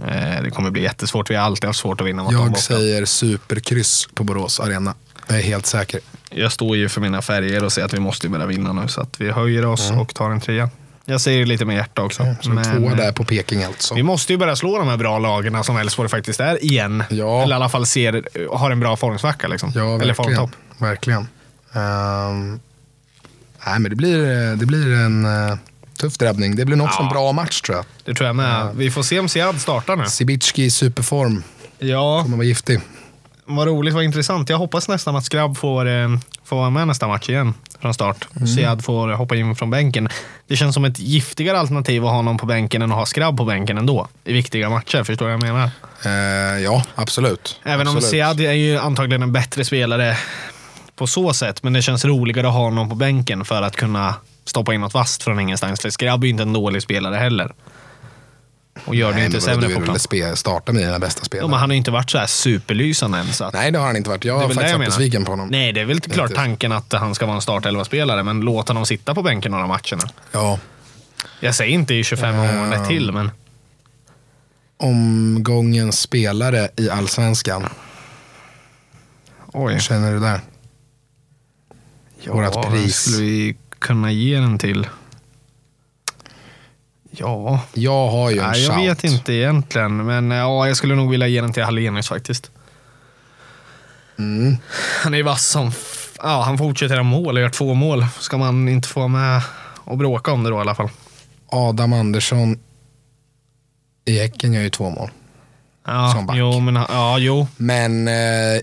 [SPEAKER 2] Eh, det kommer bli jättesvårt. Vi har alltid haft svårt att vinna mot dem
[SPEAKER 1] Jag
[SPEAKER 2] borta.
[SPEAKER 1] säger superkryss på Borås Arena. Jag är helt säker.
[SPEAKER 2] Jag står ju för mina färger och säger att vi måste ju börja vinna nu. Så att vi höjer oss och tar en trea. Jag säger det lite med hjärta också.
[SPEAKER 1] Så Mm. tvåa där på Peking alltså.
[SPEAKER 2] eh, Vi måste ju börja slå de här bra lagarna som Elfsborg faktiskt är igen.
[SPEAKER 1] Ja.
[SPEAKER 2] Eller i alla fall ser, har en bra formsvacka. Liksom.
[SPEAKER 1] Ja,
[SPEAKER 2] Eller
[SPEAKER 1] verkligen.
[SPEAKER 2] formtopp.
[SPEAKER 1] verkligen. Ehm, nej, men det blir, eh, det blir en eh, tuff drabbning. Det blir nog också
[SPEAKER 2] Ja.
[SPEAKER 1] en bra match tror jag.
[SPEAKER 2] Det tror jag med. Vi får se om Sead startar nu.
[SPEAKER 1] Sibicki i superform.
[SPEAKER 2] Ja,
[SPEAKER 1] Kommer vara giftig.
[SPEAKER 2] vad roligt, vad intressant. Jag hoppas nästan att Skrabb får, eh, får vara med nästa match igen från start.
[SPEAKER 1] Mm.
[SPEAKER 2] Sead får hoppa in från bänken. Det känns som ett giftigare alternativ att ha någon på bänken än att ha Skrabb på bänken ändå. I viktiga matcher, förstår du vad jag menar?
[SPEAKER 1] Eh, ja, absolut.
[SPEAKER 2] Även om
[SPEAKER 1] absolut.
[SPEAKER 2] Sead är ju antagligen en bättre spelare på så sätt, men det känns roligare att ha någon på bänken för att kunna stoppa in något vasst från ingenstans. Skrabb är ju inte en dålig spelare heller. Och gör det ju
[SPEAKER 1] Nej,
[SPEAKER 2] inte
[SPEAKER 1] men vadå,
[SPEAKER 2] sämre
[SPEAKER 1] du
[SPEAKER 2] på
[SPEAKER 1] vill väl
[SPEAKER 2] plan.
[SPEAKER 1] spe- starta med dina bästa
[SPEAKER 2] Ja,
[SPEAKER 1] spelare?
[SPEAKER 2] men han har ju inte varit så här superlysande än. Så att,
[SPEAKER 1] Nej, det har han inte varit. Jag
[SPEAKER 2] det är
[SPEAKER 1] har
[SPEAKER 2] väl det
[SPEAKER 1] faktiskt
[SPEAKER 2] jag
[SPEAKER 1] varit
[SPEAKER 2] menar.
[SPEAKER 1] besviken på honom.
[SPEAKER 2] Nej, det är väl typ klart
[SPEAKER 1] Inte.
[SPEAKER 2] tanken att han ska vara en startelva-spelare, men låt honom sitta på bänken några matcher nu.
[SPEAKER 1] Ja.
[SPEAKER 2] Jag säger inte i 25 omgångar till, men
[SPEAKER 1] Omgångens spelare i allsvenskan.
[SPEAKER 2] oj.
[SPEAKER 1] Hur känner du där? vårat
[SPEAKER 2] vem
[SPEAKER 1] pris.
[SPEAKER 2] skulle vi kunna ge den till? Ja,
[SPEAKER 1] Jag har ju en
[SPEAKER 2] Nej, jag
[SPEAKER 1] shout.
[SPEAKER 2] vet inte egentligen, men eh, ja, jag skulle nog vilja ge den till Hallenius faktiskt.
[SPEAKER 1] Mm.
[SPEAKER 2] Han är ju vass som... f- Ja, han fortsätter göra mål och gör två mål. Ska man inte få vara med och bråka om det då i alla fall?
[SPEAKER 1] Adam Andersson i Häcken gör ju två mål.
[SPEAKER 2] Ja,
[SPEAKER 1] Som back.
[SPEAKER 2] Jo, men, han- ja, jo.
[SPEAKER 1] Men eh,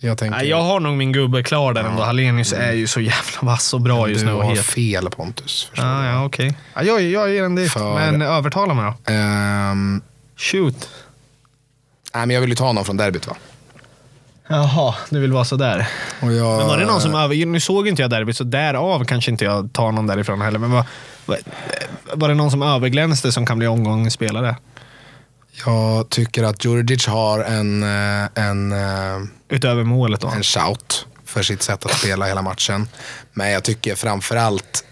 [SPEAKER 1] Jag tänker...
[SPEAKER 2] Nej, jag har nog min gubbe klar där ändå. Hallenius är ju så jävla vass och bra just
[SPEAKER 1] Mm. du
[SPEAKER 2] nu. Och
[SPEAKER 1] har
[SPEAKER 2] het.
[SPEAKER 1] fel Pontus. förstår
[SPEAKER 2] Ah, ja, okej. Ja, jag, jag ger en dit,
[SPEAKER 1] För-
[SPEAKER 2] men övertala mig då.
[SPEAKER 1] du. Ehm,
[SPEAKER 2] Shoot.
[SPEAKER 1] nej, men jag vill ju ta någon från derbyt va?
[SPEAKER 2] Jaha, du vill vara sådär.
[SPEAKER 1] Och jag,
[SPEAKER 2] Men var det någon som över... Nu såg inte jag derbyt, så därav kanske inte jag tar någon därifrån heller. Men var, var, var det någon som överglänste som kan bli omgångens spelare?
[SPEAKER 1] Jag tycker att Djurdjic har en, eh, en, eh,
[SPEAKER 2] Utöver målet då?
[SPEAKER 1] en shout för sitt sätt att spela hela matchen. Men jag tycker framförallt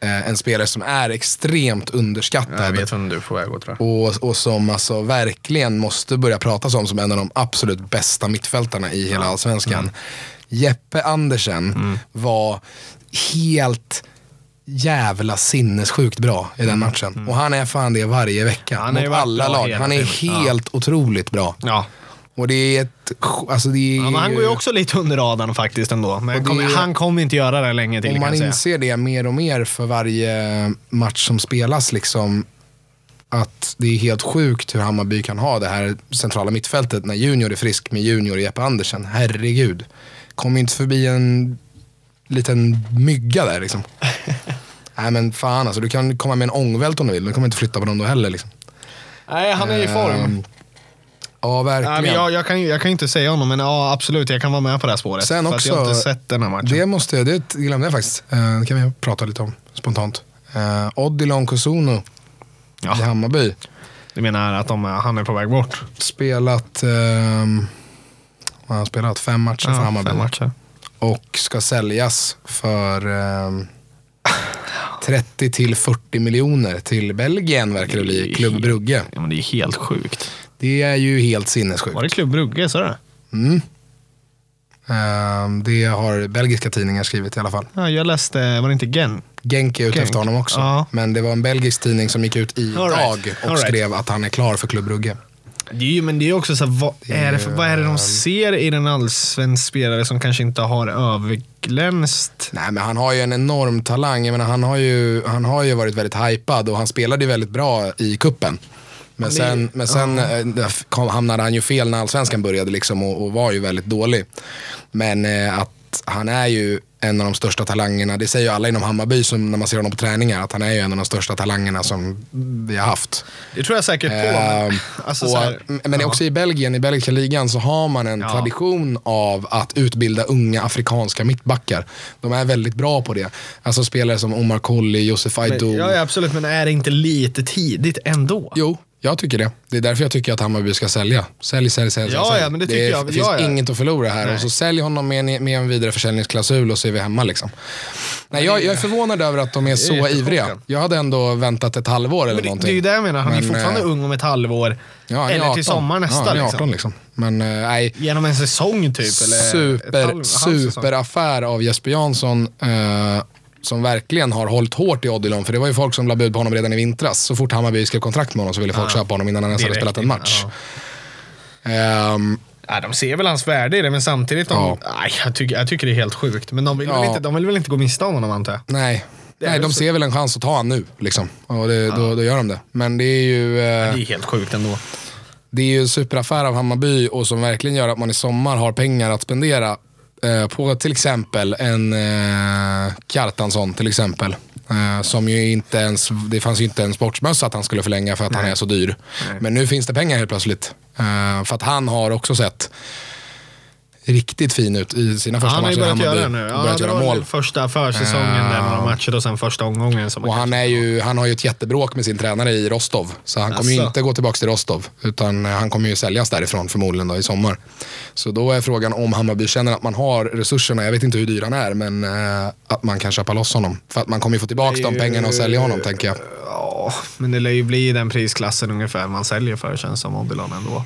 [SPEAKER 1] eh, en spelare som är extremt underskattad.
[SPEAKER 2] vem du får väg åt tror jag.
[SPEAKER 1] Och, och som alltså verkligen måste börja pratas om som en av de absolut bästa mittfältarna i hela allsvenskan.
[SPEAKER 2] Mm.
[SPEAKER 1] Jeppe Andersen var helt jävla sinnessjukt bra i den matchen. Och han är fan det varje vecka.
[SPEAKER 2] Mm. Han har ju
[SPEAKER 1] mot
[SPEAKER 2] varit
[SPEAKER 1] alla
[SPEAKER 2] bra
[SPEAKER 1] lag.
[SPEAKER 2] hela
[SPEAKER 1] Han är
[SPEAKER 2] tiden. Ja.
[SPEAKER 1] helt otroligt bra.
[SPEAKER 2] Ja.
[SPEAKER 1] Och det är ett... Alltså det är
[SPEAKER 2] ja, men han går ju också lite under radarn faktiskt ändå. Men
[SPEAKER 1] Och det-
[SPEAKER 2] kommer, han kommer inte göra det länge till
[SPEAKER 1] Om
[SPEAKER 2] kan
[SPEAKER 1] man
[SPEAKER 2] jag säga.
[SPEAKER 1] inser det mer och mer för varje match som spelas, liksom, att det är helt sjukt hur Hammarby kan ha det här centrala mittfältet när Junior är frisk med Junior och Jeppe Andersen. Herregud. Kom inte förbi en liten mygga där liksom. Nej men fan alltså, du kan komma med en ångvält om du vill, men du kommer inte flytta på dem då heller. Liksom.
[SPEAKER 2] Nej, han är i form.
[SPEAKER 1] Ehm, Ja, verkligen.
[SPEAKER 2] Nej, men jag, jag, kan, ju- jag kan ju inte säga honom, men ja, absolut, jag kan vara med på det här spåret.
[SPEAKER 1] Sen
[SPEAKER 2] för
[SPEAKER 1] också-
[SPEAKER 2] att jag har inte sett den här matchen.
[SPEAKER 1] Det måste jag, det glömde jag faktiskt. Eh, Det kan vi prata lite om spontant. Eh, Odilon Kosuno
[SPEAKER 2] Ja.
[SPEAKER 1] i Hammarby.
[SPEAKER 2] Du menar att de, han är på väg bort?
[SPEAKER 1] Spelat, ehm, han har spelat fem matcher för Hammarby.
[SPEAKER 2] fem matcher.
[SPEAKER 1] Och ska säljas för ehm, 30 till 40 miljoner till Belgien verkar det bli, Klubb Brugge.
[SPEAKER 2] Ja, men det är helt sjukt.
[SPEAKER 1] Det är ju helt sinnessjukt.
[SPEAKER 2] Var det Klubb Brugge, sa du det?
[SPEAKER 1] Mm. Ehm, det har belgiska tidningar skrivit i alla fall.
[SPEAKER 2] Ja, jag läste, var det inte Gen?
[SPEAKER 1] Genk är ute
[SPEAKER 2] Genk.
[SPEAKER 1] efter honom också.
[SPEAKER 2] Ja.
[SPEAKER 1] Men det var en belgisk tidning som gick ut i
[SPEAKER 2] All
[SPEAKER 1] dag
[SPEAKER 2] right.
[SPEAKER 1] och
[SPEAKER 2] All right.
[SPEAKER 1] skrev att han är klar för Klubb Brugge.
[SPEAKER 2] Det är ju, men det är ju också så här, vad, är det för, vad är det de ser i en allsvensk spelare som kanske inte har överglänst?
[SPEAKER 1] Nej, men han har ju en enorm talang. Jag menar, han, har ju, han har ju varit väldigt hypad och han spelade ju väldigt bra i kuppen. Men
[SPEAKER 2] det-
[SPEAKER 1] sen, men sen eh, där kom, hamnade han ju fel när allsvenskan började liksom och, och var ju väldigt dålig. Men eh, att han är ju en av de största talangerna, det säger ju alla inom Hammarby som, när man ser honom på träningar, att han är ju en av de största talangerna som vi har haft.
[SPEAKER 2] Det tror jag säkert på.
[SPEAKER 1] Ehm,
[SPEAKER 2] men, alltså,
[SPEAKER 1] och,
[SPEAKER 2] så här,
[SPEAKER 1] m- men också i Belgien, i belgiska ligan, så har man en
[SPEAKER 2] Ja.
[SPEAKER 1] tradition av att utbilda unga afrikanska mittbackar. De är väldigt bra på det. Alltså spelare som Omar Colley, Josef Aido.
[SPEAKER 2] men, ja, ja, absolut, men är det inte lite tidigt ändå?
[SPEAKER 1] Jo, jag tycker det. Det är därför jag tycker att Hammarby ska sälja. Sälj, sälj, sälj.
[SPEAKER 2] Ja,
[SPEAKER 1] sälj.
[SPEAKER 2] ja, men det tycker
[SPEAKER 1] är-
[SPEAKER 2] jag.
[SPEAKER 1] finns
[SPEAKER 2] Ja, ja.
[SPEAKER 1] inget att förlora här.
[SPEAKER 2] Nej.
[SPEAKER 1] Och så sälj honom med en, med en vidareförsäljningsklausul och så är vi hemma. Liksom. Nej, jag, jag är förvånad över att de är så
[SPEAKER 2] jättechocken.
[SPEAKER 1] ivriga. Jag hade ändå väntat ett halvår eller
[SPEAKER 2] Men det,
[SPEAKER 1] någonting.
[SPEAKER 2] det är ju det jag menar, han är
[SPEAKER 1] Men,
[SPEAKER 2] fortfarande
[SPEAKER 1] eh,
[SPEAKER 2] ung om ett halvår.
[SPEAKER 1] Ja, han är
[SPEAKER 2] eller
[SPEAKER 1] 18.
[SPEAKER 2] till sommar nästa.
[SPEAKER 1] Ja, han är 18
[SPEAKER 2] liksom.
[SPEAKER 1] liksom. Men eh, nej,
[SPEAKER 2] Genom en säsong typ. Eller ett halv-
[SPEAKER 1] super,
[SPEAKER 2] halv säsong.
[SPEAKER 1] superaffär av Jesper Jansson. Eh, som verkligen har hållit hårt i Odilon. För det var ju folk som la bud på honom redan i vintras. Så fort Hammarby skrev kontrakt med honom så ville folk köpa honom innan han ens hade
[SPEAKER 2] Direkt
[SPEAKER 1] spelat en
[SPEAKER 2] in,
[SPEAKER 1] match.
[SPEAKER 2] ja.
[SPEAKER 1] Ehm,
[SPEAKER 2] Ja, de ser väl hans värde i det, men samtidigt. De, nej, jag, tycker, jag tycker det är helt sjukt. Men de vill,
[SPEAKER 1] Ja.
[SPEAKER 2] väl, inte, de vill väl inte gå miste om honom antar jag?
[SPEAKER 1] nej,
[SPEAKER 2] Det är
[SPEAKER 1] nej
[SPEAKER 2] väl
[SPEAKER 1] de
[SPEAKER 2] så.
[SPEAKER 1] ser väl en chans att ta honom nu. Liksom. Och det, då, då gör de det. Men det är ju... eh,
[SPEAKER 2] Det är helt sjukt ändå.
[SPEAKER 1] Det är ju en superaffär av Hammarby och som verkligen gör att man i sommar har pengar att spendera eh, på till exempel en eh, Kjartansson till exempel. Eh, som ju inte ens, det fanns ju inte en sportsmössa att han skulle förlänga för att han är så dyr. Men nu finns det pengar helt plötsligt. Eh, för att han har också sett riktigt fin ut i sina första
[SPEAKER 2] han har
[SPEAKER 1] matcher
[SPEAKER 2] ju
[SPEAKER 1] i
[SPEAKER 2] börjat
[SPEAKER 1] Hammarby.
[SPEAKER 2] göra det nu. Ja,
[SPEAKER 1] börjat
[SPEAKER 2] det
[SPEAKER 1] göra
[SPEAKER 2] var
[SPEAKER 1] mål.
[SPEAKER 2] väl Första försäsongen där, några matcher och sen första omgången. Som
[SPEAKER 1] Och
[SPEAKER 2] man
[SPEAKER 1] han, är ju, han har ju ett jättebråk med sin tränare i Rostov. Så han kommer ju
[SPEAKER 2] Asså.
[SPEAKER 1] inte gå tillbaka till Rostov. Utan eh, han kommer ju säljas därifrån förmodligen då, i sommar. Så då är frågan om Hammarby känner att man har resurserna. Jag vet inte hur dyr han är, men eh, att man kan köpa loss honom. För att man kommer ju få tillbaka
[SPEAKER 2] Det är
[SPEAKER 1] de
[SPEAKER 2] ju-
[SPEAKER 1] pengarna och sälja honom, tänker jag.
[SPEAKER 2] Ja, men det lär ju bli i den prisklassen ungefär man säljer för känns som Odilon ändå.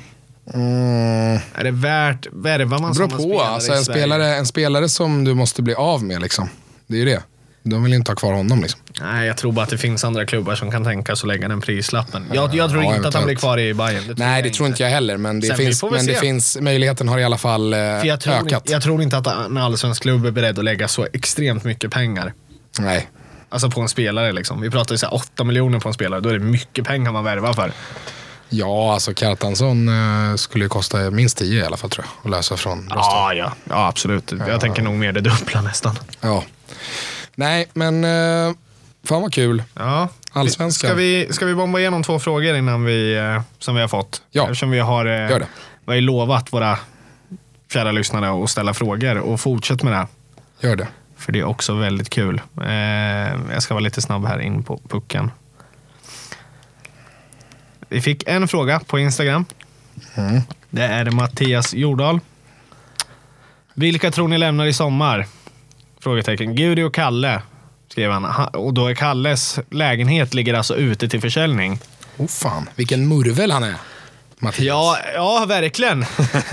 [SPEAKER 1] Mm,
[SPEAKER 2] Är det värt, värvar man
[SPEAKER 1] det beror
[SPEAKER 2] såna
[SPEAKER 1] på.
[SPEAKER 2] spelare
[SPEAKER 1] Alltså,
[SPEAKER 2] i
[SPEAKER 1] en,
[SPEAKER 2] Sverige?
[SPEAKER 1] spelare, en spelare som du måste bli av med, liksom. det är ju det. De vill ju inte ha kvar honom. Liksom.
[SPEAKER 2] Nej, jag tror bara att det finns andra klubbar som kan tänka sig att lägga den prislappen. Jag, jag tror
[SPEAKER 1] Ja,
[SPEAKER 2] inte att han blir
[SPEAKER 1] eventuellt.
[SPEAKER 2] kvar i Bayern.
[SPEAKER 1] Nej, det tror inte jag heller. Men, det
[SPEAKER 2] Sen, vi
[SPEAKER 1] finns,
[SPEAKER 2] får väl
[SPEAKER 1] men det
[SPEAKER 2] se.
[SPEAKER 1] finns, möjligheten har i alla fall eh,
[SPEAKER 2] För jag, tror
[SPEAKER 1] ökat.
[SPEAKER 2] inte, jag tror inte att en allsvensk klubb är beredd att lägga så extremt mycket pengar.
[SPEAKER 1] Nej.
[SPEAKER 2] Alltså på en spelare liksom. Vi pratar ju så här 8 miljoner på en spelare, då är det mycket pengar man värvar för.
[SPEAKER 1] Ja, alltså Kjartansson eh, skulle ju kosta minst 10 i alla fall tror jag. Att lösa från Bröstorp.
[SPEAKER 2] Ja, ja. ja, absolut. Jag tänker nog mer det dubbla nästan.
[SPEAKER 1] Ja. Nej, men eh, fan vad kul.
[SPEAKER 2] Ja.
[SPEAKER 1] Allsvenskan.
[SPEAKER 2] Ska vi, ska vi bomba igenom två frågor innan vi, eh, som vi har fått?
[SPEAKER 1] Ja.
[SPEAKER 2] Eftersom vi har, eh,
[SPEAKER 1] Gör det.
[SPEAKER 2] vi har ju lovat våra kära lyssnare att ställa frågor och fortsätt med det.
[SPEAKER 1] Gör det.
[SPEAKER 2] För det är också väldigt kul. Eh, jag ska vara lite snabb här in på pucken. Vi fick en fråga på Instagram.
[SPEAKER 1] Mm.
[SPEAKER 2] Det är Mattias Jordahl. Vilka tror ni lämnar i sommar? Frågetecken. Guri och Kalle, skrev han. Ha- Och då är Kalles lägenhet ligger alltså ute till försäljning.
[SPEAKER 1] Oh fan, vilken murvel han är. Mattias.
[SPEAKER 2] Ja, ja verkligen.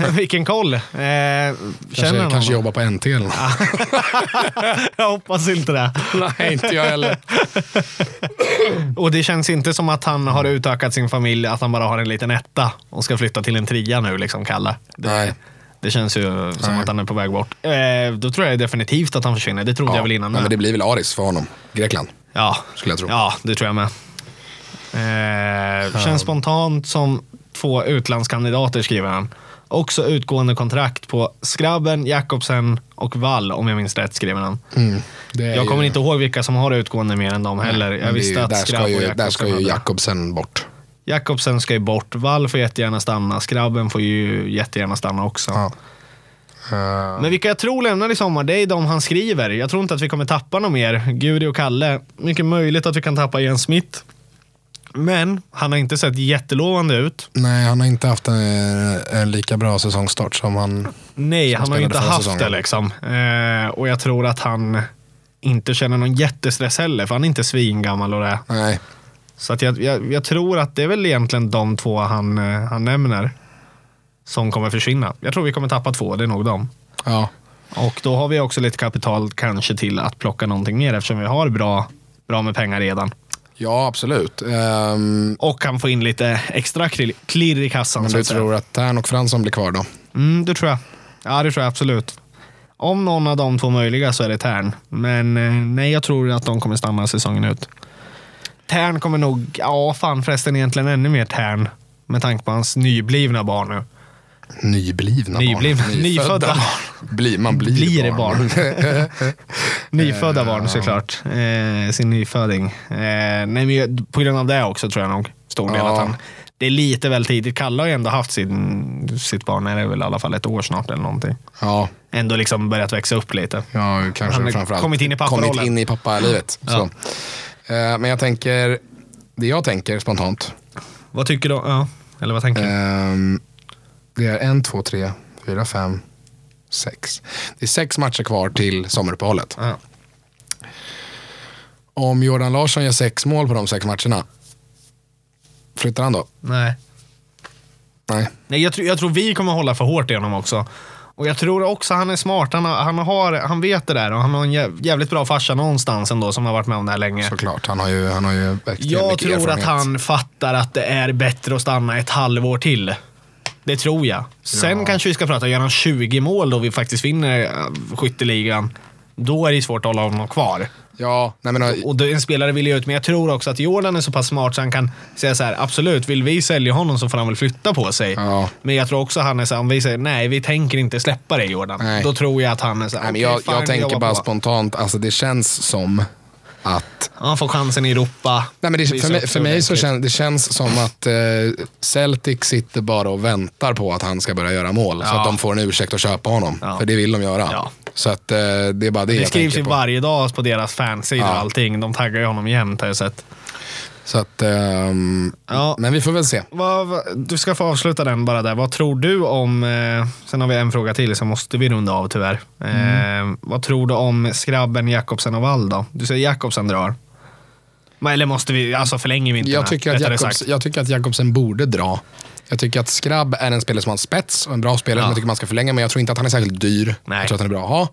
[SPEAKER 2] Vilken koll. Eh, känner
[SPEAKER 1] kanske
[SPEAKER 2] han
[SPEAKER 1] kanske
[SPEAKER 2] honom?
[SPEAKER 1] jobbar på NT eller något.
[SPEAKER 2] Jag hoppas inte det.
[SPEAKER 1] Nej, inte jag heller.
[SPEAKER 2] Och det känns inte som att han
[SPEAKER 1] Mm.
[SPEAKER 2] har utökat sin familj, att han bara har en liten etta och ska flytta till en trea nu, liksom Kalle. Det,
[SPEAKER 1] Nej.
[SPEAKER 2] det känns ju som
[SPEAKER 1] Nej.
[SPEAKER 2] att han är på väg bort. Eh, då tror jag definitivt att han försvinner. Det trodde jag väl innan
[SPEAKER 1] Nej,
[SPEAKER 2] med.
[SPEAKER 1] men det blir väl Aris för honom. Grekland.
[SPEAKER 2] Ja.
[SPEAKER 1] skulle jag tro.
[SPEAKER 2] ja, det tror jag med. Eh, känns spontant som två utlandskandidater, skriver han. Också utgående kontrakt på Skrabben, Jakobsen och Wall, om jag minns rätt, skriver han.
[SPEAKER 1] Mm. Det är
[SPEAKER 2] Jag kommer
[SPEAKER 1] ju-
[SPEAKER 2] inte ihåg vilka som har utgående mer än dem heller.
[SPEAKER 1] Men det
[SPEAKER 2] Jag
[SPEAKER 1] är ju-
[SPEAKER 2] visste att
[SPEAKER 1] där
[SPEAKER 2] Skrabb
[SPEAKER 1] ska,
[SPEAKER 2] och
[SPEAKER 1] ju, där ska
[SPEAKER 2] Jakobsen
[SPEAKER 1] ju
[SPEAKER 2] hade det.
[SPEAKER 1] Jakobsen bort.
[SPEAKER 2] Jakobsen ska ju bort. Wall får jättegärna stanna. Skrabben får ju jättegärna stanna också.
[SPEAKER 1] Ja. Eh,
[SPEAKER 2] Men vilka jag tror lämnar i sommar, det är de han skriver. Jag tror inte att vi kommer tappa någon mer. Guri och Kalle. Mycket möjligt att vi kan tappa Jens Smith. Men han har inte sett jättelovande ut.
[SPEAKER 1] nej, han har inte haft en, en lika bra säsongstart som han...
[SPEAKER 2] Nej, han har
[SPEAKER 1] spelade
[SPEAKER 2] ju inte
[SPEAKER 1] förra
[SPEAKER 2] haft
[SPEAKER 1] säsongen.
[SPEAKER 2] det liksom. Eh, och jag tror att han inte känner någon jättestress heller, för han är inte svingammal och det.
[SPEAKER 1] Nej.
[SPEAKER 2] Så att jag, jag, jag tror att det är väl egentligen de två han, eh, han nämner som kommer försvinna. Jag tror vi kommer tappa två, det är nog dem.
[SPEAKER 1] Ja.
[SPEAKER 2] Och då har vi också lite kapital kanske till att plocka någonting mer eftersom vi har bra, bra med pengar redan.
[SPEAKER 1] ja, absolut. Ehm,
[SPEAKER 2] Och kan få in lite extra kli- klirr i kassan.
[SPEAKER 1] men
[SPEAKER 2] så
[SPEAKER 1] du
[SPEAKER 2] att säga.
[SPEAKER 1] tror att Tern och Fransson blir kvar då?
[SPEAKER 2] Mm, det tror jag. Ja, det tror jag absolut. Om någon av de två möjliga så är det Tern. Men eh, nej, jag tror att de kommer stanna säsongen ut. Tern kommer nog, ja fan förresten egentligen ännu mer Tern. Med tanke på hans nyblivna barn nu.
[SPEAKER 1] Nyblivna
[SPEAKER 2] Nyblivna-
[SPEAKER 1] barn.
[SPEAKER 2] nyfödda
[SPEAKER 1] Bli, man blir,
[SPEAKER 2] Blir
[SPEAKER 1] barn.
[SPEAKER 2] Nyfödda barn såklart. Eh, sin nyföding. Eh, nej, men ju- på grund av det också tror jag nog. Stor del
[SPEAKER 1] Ja.
[SPEAKER 2] att han, det är lite väl tidigt. Kalle har ju ändå haft sin, sitt barn, är det väl i alla fall ett år snart eller någonting.
[SPEAKER 1] ja,
[SPEAKER 2] Ändå liksom börjat växa upp lite.
[SPEAKER 1] ja, kanske
[SPEAKER 2] Han har
[SPEAKER 1] framförallt.
[SPEAKER 2] kommit in i papparollen.
[SPEAKER 1] Kommit in i pappalivet. Så. Eh, men jag tänker, det jag tänker spontant.
[SPEAKER 2] Vad tycker du? Ja, eller vad tänker du?
[SPEAKER 1] ehm, det är en, två, tre, fyra, fem, sex. Det är sex matcher kvar till sommaruppehållet.
[SPEAKER 2] Ja.
[SPEAKER 1] Om Jordan Larsson gör sex mål på de sex matcherna, flyttar han då?
[SPEAKER 2] Nej.
[SPEAKER 1] Nej.
[SPEAKER 2] Nej, jag, tror, jag tror vi kommer hålla för hårt i honom också. Och jag tror också han är smart. Han, har, han, har, han vet det där och han har en jä- jävligt bra farsa någonstans ändå som har varit med om det här länge.
[SPEAKER 1] Såklart, han har ju, han har ju extremt
[SPEAKER 2] Jag
[SPEAKER 1] mycket
[SPEAKER 2] tror att
[SPEAKER 1] erfarenhet.
[SPEAKER 2] han fattar att det är bättre att stanna ett halvår till. Det tror jag. Sen kanske vi ska prata, gör han 20 mål då vi faktiskt vinner eh, skytteligan, då är det svårt att hålla honom kvar.
[SPEAKER 1] Ja, nej men,
[SPEAKER 2] Och då, en spelare vill ju ut, men jag tror också att Jordan är så pass smart så han kan säga så här, absolut, vill vi sälja honom så får han väl flytta på sig.
[SPEAKER 1] Ja.
[SPEAKER 2] Men jag tror också han är så här, om vi säger nej, vi tänker inte släppa dig Jordan.
[SPEAKER 1] Nej.
[SPEAKER 2] Då tror jag att han är så här,
[SPEAKER 1] nej, men
[SPEAKER 2] okej,
[SPEAKER 1] jag,
[SPEAKER 2] fine,
[SPEAKER 1] jag
[SPEAKER 2] vi
[SPEAKER 1] tänker
[SPEAKER 2] jobbar
[SPEAKER 1] bara
[SPEAKER 2] på.
[SPEAKER 1] spontant, alltså det känns som att
[SPEAKER 2] Han får chansen i Europa.
[SPEAKER 1] Nej, men det,
[SPEAKER 2] Visa
[SPEAKER 1] för mig,
[SPEAKER 2] upp
[SPEAKER 1] för
[SPEAKER 2] sig
[SPEAKER 1] mig så
[SPEAKER 2] ordentligt.
[SPEAKER 1] kän, det känns som att eh, Celtic sitter bara och väntar på att han ska börja göra mål. Så
[SPEAKER 2] Ja.
[SPEAKER 1] att de får en ursäkt att köpa honom.
[SPEAKER 2] Ja.
[SPEAKER 1] För det vill de göra.
[SPEAKER 2] Ja.
[SPEAKER 1] Så att, eh, det är bara det,
[SPEAKER 2] Det
[SPEAKER 1] jag
[SPEAKER 2] skrivs ju
[SPEAKER 1] tänker på.
[SPEAKER 2] varje dag på deras fansidor och
[SPEAKER 1] Ja.
[SPEAKER 2] allting. De taggar ju honom jämt har jag sett.
[SPEAKER 1] Så att, ehm,
[SPEAKER 2] Ja.
[SPEAKER 1] Men vi får väl se.
[SPEAKER 2] Vad, vad, du ska få avsluta den bara där. Vad tror du om... Eh, sen har vi en fråga till, så måste vi runda av tyvärr.
[SPEAKER 1] Mm.
[SPEAKER 2] Eh, vad tror du om Skrabben, Jakobsen och Wall då? Du säger Jakobsen drar. Men- Eller måste vi... Alltså förlänger vi inte den
[SPEAKER 1] Jag
[SPEAKER 2] här,
[SPEAKER 1] tycker, att
[SPEAKER 2] rättare
[SPEAKER 1] Jakobs,
[SPEAKER 2] sagt.
[SPEAKER 1] jag tycker att Jakobsen borde dra. Jag tycker att Skrabb är en spelare som har en spets och en bra spelare
[SPEAKER 2] Ja.
[SPEAKER 1] som jag tycker man ska förlänga. Men jag tror inte att han är särskilt dyr.
[SPEAKER 2] Nej.
[SPEAKER 1] Jag tror att han är bra att ha.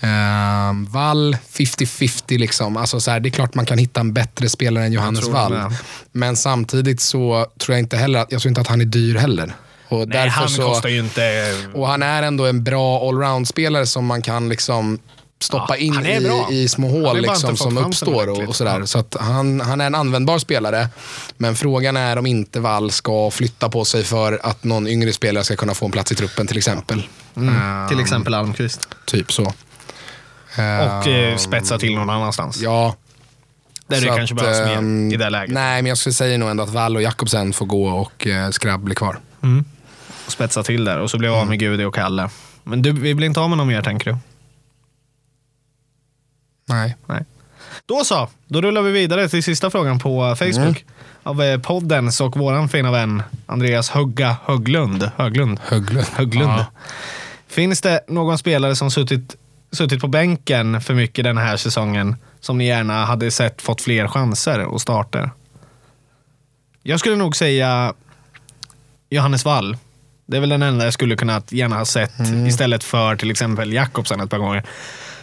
[SPEAKER 1] Ehm, Wall, 50-50 liksom. Alltså så här, det är klart man kan hitta en bättre spelare än Johannes
[SPEAKER 2] tror det
[SPEAKER 1] Wall.
[SPEAKER 2] med.
[SPEAKER 1] Men samtidigt så tror jag inte heller att, jag tror inte att han är dyr heller. Och
[SPEAKER 2] Nej,
[SPEAKER 1] därför
[SPEAKER 2] han
[SPEAKER 1] så,
[SPEAKER 2] kostar ju inte...
[SPEAKER 1] och han är ändå en bra allround-spelare som man kan liksom stoppa
[SPEAKER 2] Ja,
[SPEAKER 1] in
[SPEAKER 2] han är
[SPEAKER 1] i,
[SPEAKER 2] bra.
[SPEAKER 1] i små
[SPEAKER 2] Han har
[SPEAKER 1] hål
[SPEAKER 2] bara
[SPEAKER 1] liksom,
[SPEAKER 2] inte fått
[SPEAKER 1] som
[SPEAKER 2] fram sig
[SPEAKER 1] uppstår. Och,
[SPEAKER 2] ordentligt.
[SPEAKER 1] och sådär. Så att han, han är en användbar spelare, men frågan är om inte Wall ska flytta på sig för att någon yngre spelare ska kunna få en plats i truppen till exempel.
[SPEAKER 2] Mm.
[SPEAKER 1] Eh,
[SPEAKER 2] Till exempel Almqvist.
[SPEAKER 1] Typ så. Eh,
[SPEAKER 2] Och eh, spetsa till någon annanstans.
[SPEAKER 1] ja,
[SPEAKER 2] där det
[SPEAKER 1] så
[SPEAKER 2] kanske behövs
[SPEAKER 1] ehm,
[SPEAKER 2] mer i det läget.
[SPEAKER 1] Nej, men jag skulle säga nog ändå att Wall och Jakobsen får gå och eh, Skrabb blir kvar.
[SPEAKER 2] Spetsa till där och så blev jag av med
[SPEAKER 1] Mm.
[SPEAKER 2] Gudi och Kalle. Men du, vi blir inte av med någon mer tänker du?
[SPEAKER 1] Nej.
[SPEAKER 2] Nej. Då så, då rullar vi vidare till sista frågan på eh, Facebook. Av eh, poddens och våran fina vän Andreas Hugga Höglund. Höglund.
[SPEAKER 1] Höglund.
[SPEAKER 2] Höglund.
[SPEAKER 1] Ja.
[SPEAKER 2] Finns det någon spelare som suttit, suttit på bänken för mycket den här säsongen som ni gärna hade sett fått fler chanser och starter? Jag skulle nog säga Johannes Wall. Det är väl den enda jag skulle kunna gärna ha sett
[SPEAKER 1] Mm.
[SPEAKER 2] istället för till exempel Jakobsen ett par gånger.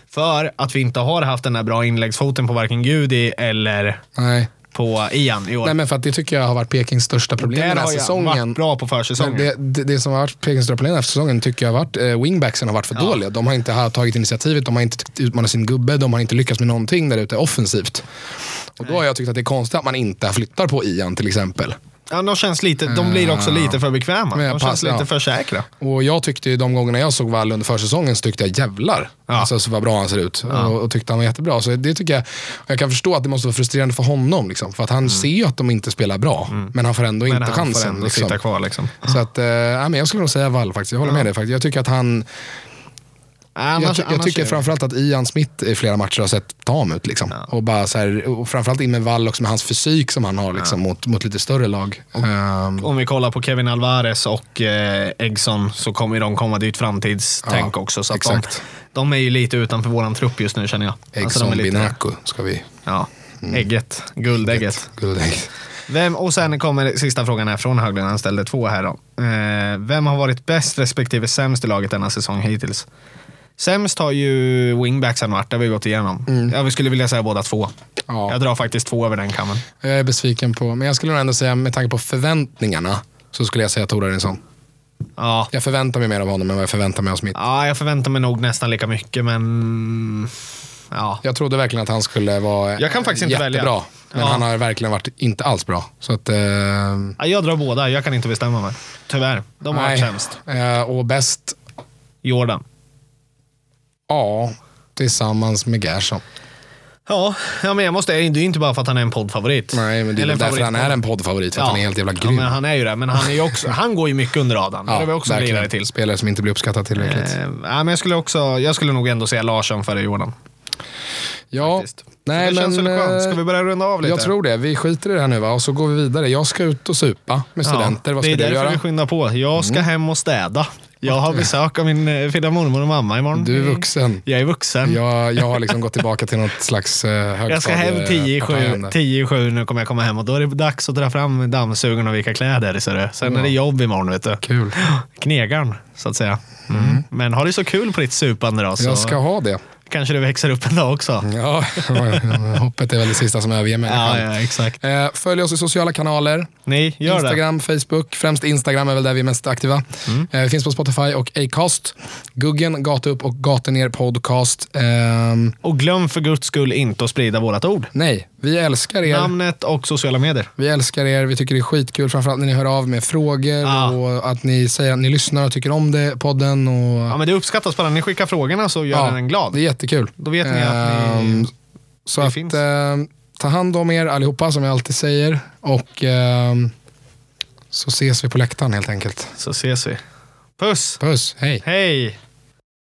[SPEAKER 2] För att vi inte har haft den här bra inläggsfoten på varken Gudi eller
[SPEAKER 1] Nej.
[SPEAKER 2] på Ian i år.
[SPEAKER 1] Nej, men för att det tycker jag har varit Pekings största problem
[SPEAKER 2] Där
[SPEAKER 1] den här
[SPEAKER 2] har jag
[SPEAKER 1] säsongen.
[SPEAKER 2] varit bra på
[SPEAKER 1] Men
[SPEAKER 2] försäsongen.
[SPEAKER 1] Det, det, det som har varit Pekings stora problem den här säsongen tycker jag har varit eh, wingbacksen har varit för dåliga. De har inte ha, tagit initiativet, de har inte tyckt utmanat sin gubbe, de har inte lyckats med någonting där ute offensivt. Och då har jag tyckt att det är konstigt att man inte flyttar på Ian till exempel.
[SPEAKER 2] Ja, de, känns lite, de blir också lite för bekväma.
[SPEAKER 1] Mm. Men
[SPEAKER 2] De
[SPEAKER 1] jag
[SPEAKER 2] känns
[SPEAKER 1] passar,
[SPEAKER 2] lite
[SPEAKER 1] ja.
[SPEAKER 2] för säkra.
[SPEAKER 1] Och jag tyckte ju de gångerna jag såg Wall under försäsongen så tyckte jag jävlar
[SPEAKER 2] Ja.
[SPEAKER 1] alltså, så vad bra han ser ut. Och, och tyckte han var jättebra. Så det tycker jag, och jag kan förstå att det måste vara frustrerande för honom. Liksom, för att han ser ju att de inte spelar bra, men han får ändå
[SPEAKER 2] Mm. Men
[SPEAKER 1] inte
[SPEAKER 2] han
[SPEAKER 1] chansen.
[SPEAKER 2] får ändå
[SPEAKER 1] liksom.
[SPEAKER 2] sitta kvar. Liksom.
[SPEAKER 1] Så att, eh, ja, men jag skulle nog säga Wall faktiskt. Jag håller med dig faktiskt. Jag tycker att han, jag,
[SPEAKER 2] Annars,
[SPEAKER 1] ty jag
[SPEAKER 2] annars
[SPEAKER 1] tycker
[SPEAKER 2] är det-
[SPEAKER 1] framförallt att Ian Smith i flera matcher har sett tam ut. Liksom. Och, bara så här, och framförallt in med Wall också med hans fysik som han har liksom, mot, mot lite större lag. Ehm,
[SPEAKER 2] Om vi kollar på Kevin Alvarez och eh, Eggson så kommer de komma dit framtidstänk
[SPEAKER 1] Ja,
[SPEAKER 2] också. Så att de,
[SPEAKER 1] exakt.
[SPEAKER 2] de är ju lite utanför våran trupp just nu känner jag. Alltså, de
[SPEAKER 1] Eggson
[SPEAKER 2] är lite-
[SPEAKER 1] Binaku ska vi...
[SPEAKER 2] Ja,
[SPEAKER 1] Mm.
[SPEAKER 2] ägget. Guldägget.
[SPEAKER 1] Guldägg.
[SPEAKER 2] Vem, och sen kommer sista frågan här från Höglund. Han ställde två här. Då. Eh, vem har varit bäst respektive sämst i laget denna säsong hittills? Sämst har ju wingbacksen varit, det har vi gått igenom. Jag skulle vilja säga båda två.
[SPEAKER 1] Mm. Ja.
[SPEAKER 2] Jag drar faktiskt två över den kammen.
[SPEAKER 1] Jag är besviken på, men jag skulle nog ändå säga med tanke på förväntningarna så skulle jag säga Torarinsson.
[SPEAKER 2] Ja.
[SPEAKER 1] Jag förväntar mig mer av honom än vad jag förväntar mig av Smith.
[SPEAKER 2] ja, jag förväntar mig nog nästan lika mycket, men... Ja.
[SPEAKER 1] Jag trodde verkligen att han skulle vara
[SPEAKER 2] Jag kan faktiskt inte
[SPEAKER 1] jättebra,
[SPEAKER 2] välja.
[SPEAKER 1] men
[SPEAKER 2] Ja.
[SPEAKER 1] han har verkligen varit inte alls bra. Så att, ehm,
[SPEAKER 2] Ja, Jag drar båda, jag kan inte bestämma mig. Tyvärr. De har varit sämst.
[SPEAKER 1] Eh, och bäst,
[SPEAKER 2] Jordan.
[SPEAKER 1] ja, tillsammans med Gerson.
[SPEAKER 2] Ja, ja, men jag måste, det är ju inte bara för att han är en poddfavorit.
[SPEAKER 1] Nej, men det är
[SPEAKER 2] Eller
[SPEAKER 1] väl
[SPEAKER 2] en
[SPEAKER 1] därför han
[SPEAKER 2] favoritpodd.
[SPEAKER 1] är en poddfavorit, för att han är helt jävla grym.
[SPEAKER 2] Ja, men han är ju det, men han, är ju också, han går ju mycket under radarn. Ja, det har vi också en
[SPEAKER 1] verkligen.
[SPEAKER 2] lirare till.
[SPEAKER 1] Spelare som inte blir uppskattad tillräckligt.
[SPEAKER 2] Eh, ja, men jag, skulle också, jag skulle nog ändå säga Larsson före Jordan.
[SPEAKER 1] ja,
[SPEAKER 2] faktiskt.
[SPEAKER 1] nej
[SPEAKER 2] det känns
[SPEAKER 1] men...
[SPEAKER 2] väl skönt. Ska
[SPEAKER 1] eh,
[SPEAKER 2] vi börja runda av lite?
[SPEAKER 1] Jag tror det. Vi skiter i det här nu va? och så går vi vidare. Jag ska ut och supa med studenter. Vad ska
[SPEAKER 2] det är
[SPEAKER 1] du
[SPEAKER 2] därför vi
[SPEAKER 1] göra? Mm.
[SPEAKER 2] skyndar på. Jag ska hem och städa. Jag har besök av min eh, fina mormor och mamma imorgon.
[SPEAKER 1] Du är vuxen.
[SPEAKER 2] Jag är vuxen.
[SPEAKER 1] Jag, jag har liksom gått tillbaka till något slags eh, högstadie...
[SPEAKER 2] Jag ska hem 10 i sju- 10 i sju, nu kommer jag komma hem och då är det dags att dra fram dammsugaren och vika kläder. Så det. Sen är det jobb imorgon, vet du.
[SPEAKER 1] Kul.
[SPEAKER 2] Knegarn, så att säga. Mm. Men har du så kul på ditt supande då, så
[SPEAKER 1] Jag ska ha det.
[SPEAKER 2] kanske du växer upp en dag också.
[SPEAKER 1] Ja, hoppet är väl det sista som överger
[SPEAKER 2] Ja,
[SPEAKER 1] människan.
[SPEAKER 2] ja, exakt.
[SPEAKER 1] Eh, Följ oss i sociala kanaler.
[SPEAKER 2] Nej, gör det.
[SPEAKER 1] Instagram, Facebook. Främst Instagram är väl där vi är mest aktiva.
[SPEAKER 2] Mm.
[SPEAKER 1] Eh, vi finns på Spotify och Acast. Guggen, Gata upp och Gatener podcast. Ehm,
[SPEAKER 2] Och glöm för guds skull inte att sprida vårat ord.
[SPEAKER 1] nej, vi älskar er.
[SPEAKER 2] Namnet och sociala medier.
[SPEAKER 1] Vi älskar er, vi tycker det är skitkul, framförallt när ni hör av med frågor
[SPEAKER 2] Ja.
[SPEAKER 1] och att ni säger att ni lyssnar och tycker om det, podden. Och,
[SPEAKER 2] Ja, men det uppskattas bara. Ni skickar frågorna så gör
[SPEAKER 1] Ja,
[SPEAKER 2] den glad.
[SPEAKER 1] Det är jättekul.
[SPEAKER 2] Då vet ni att ni...
[SPEAKER 1] Ehm, så
[SPEAKER 2] det
[SPEAKER 1] att,
[SPEAKER 2] finns.
[SPEAKER 1] ehm, ta hand om er allihopa som jag alltid säger och ehm, så ses vi på läktaren helt enkelt.
[SPEAKER 2] Så ses vi. Puss!
[SPEAKER 1] Puss, hej!
[SPEAKER 2] Hej!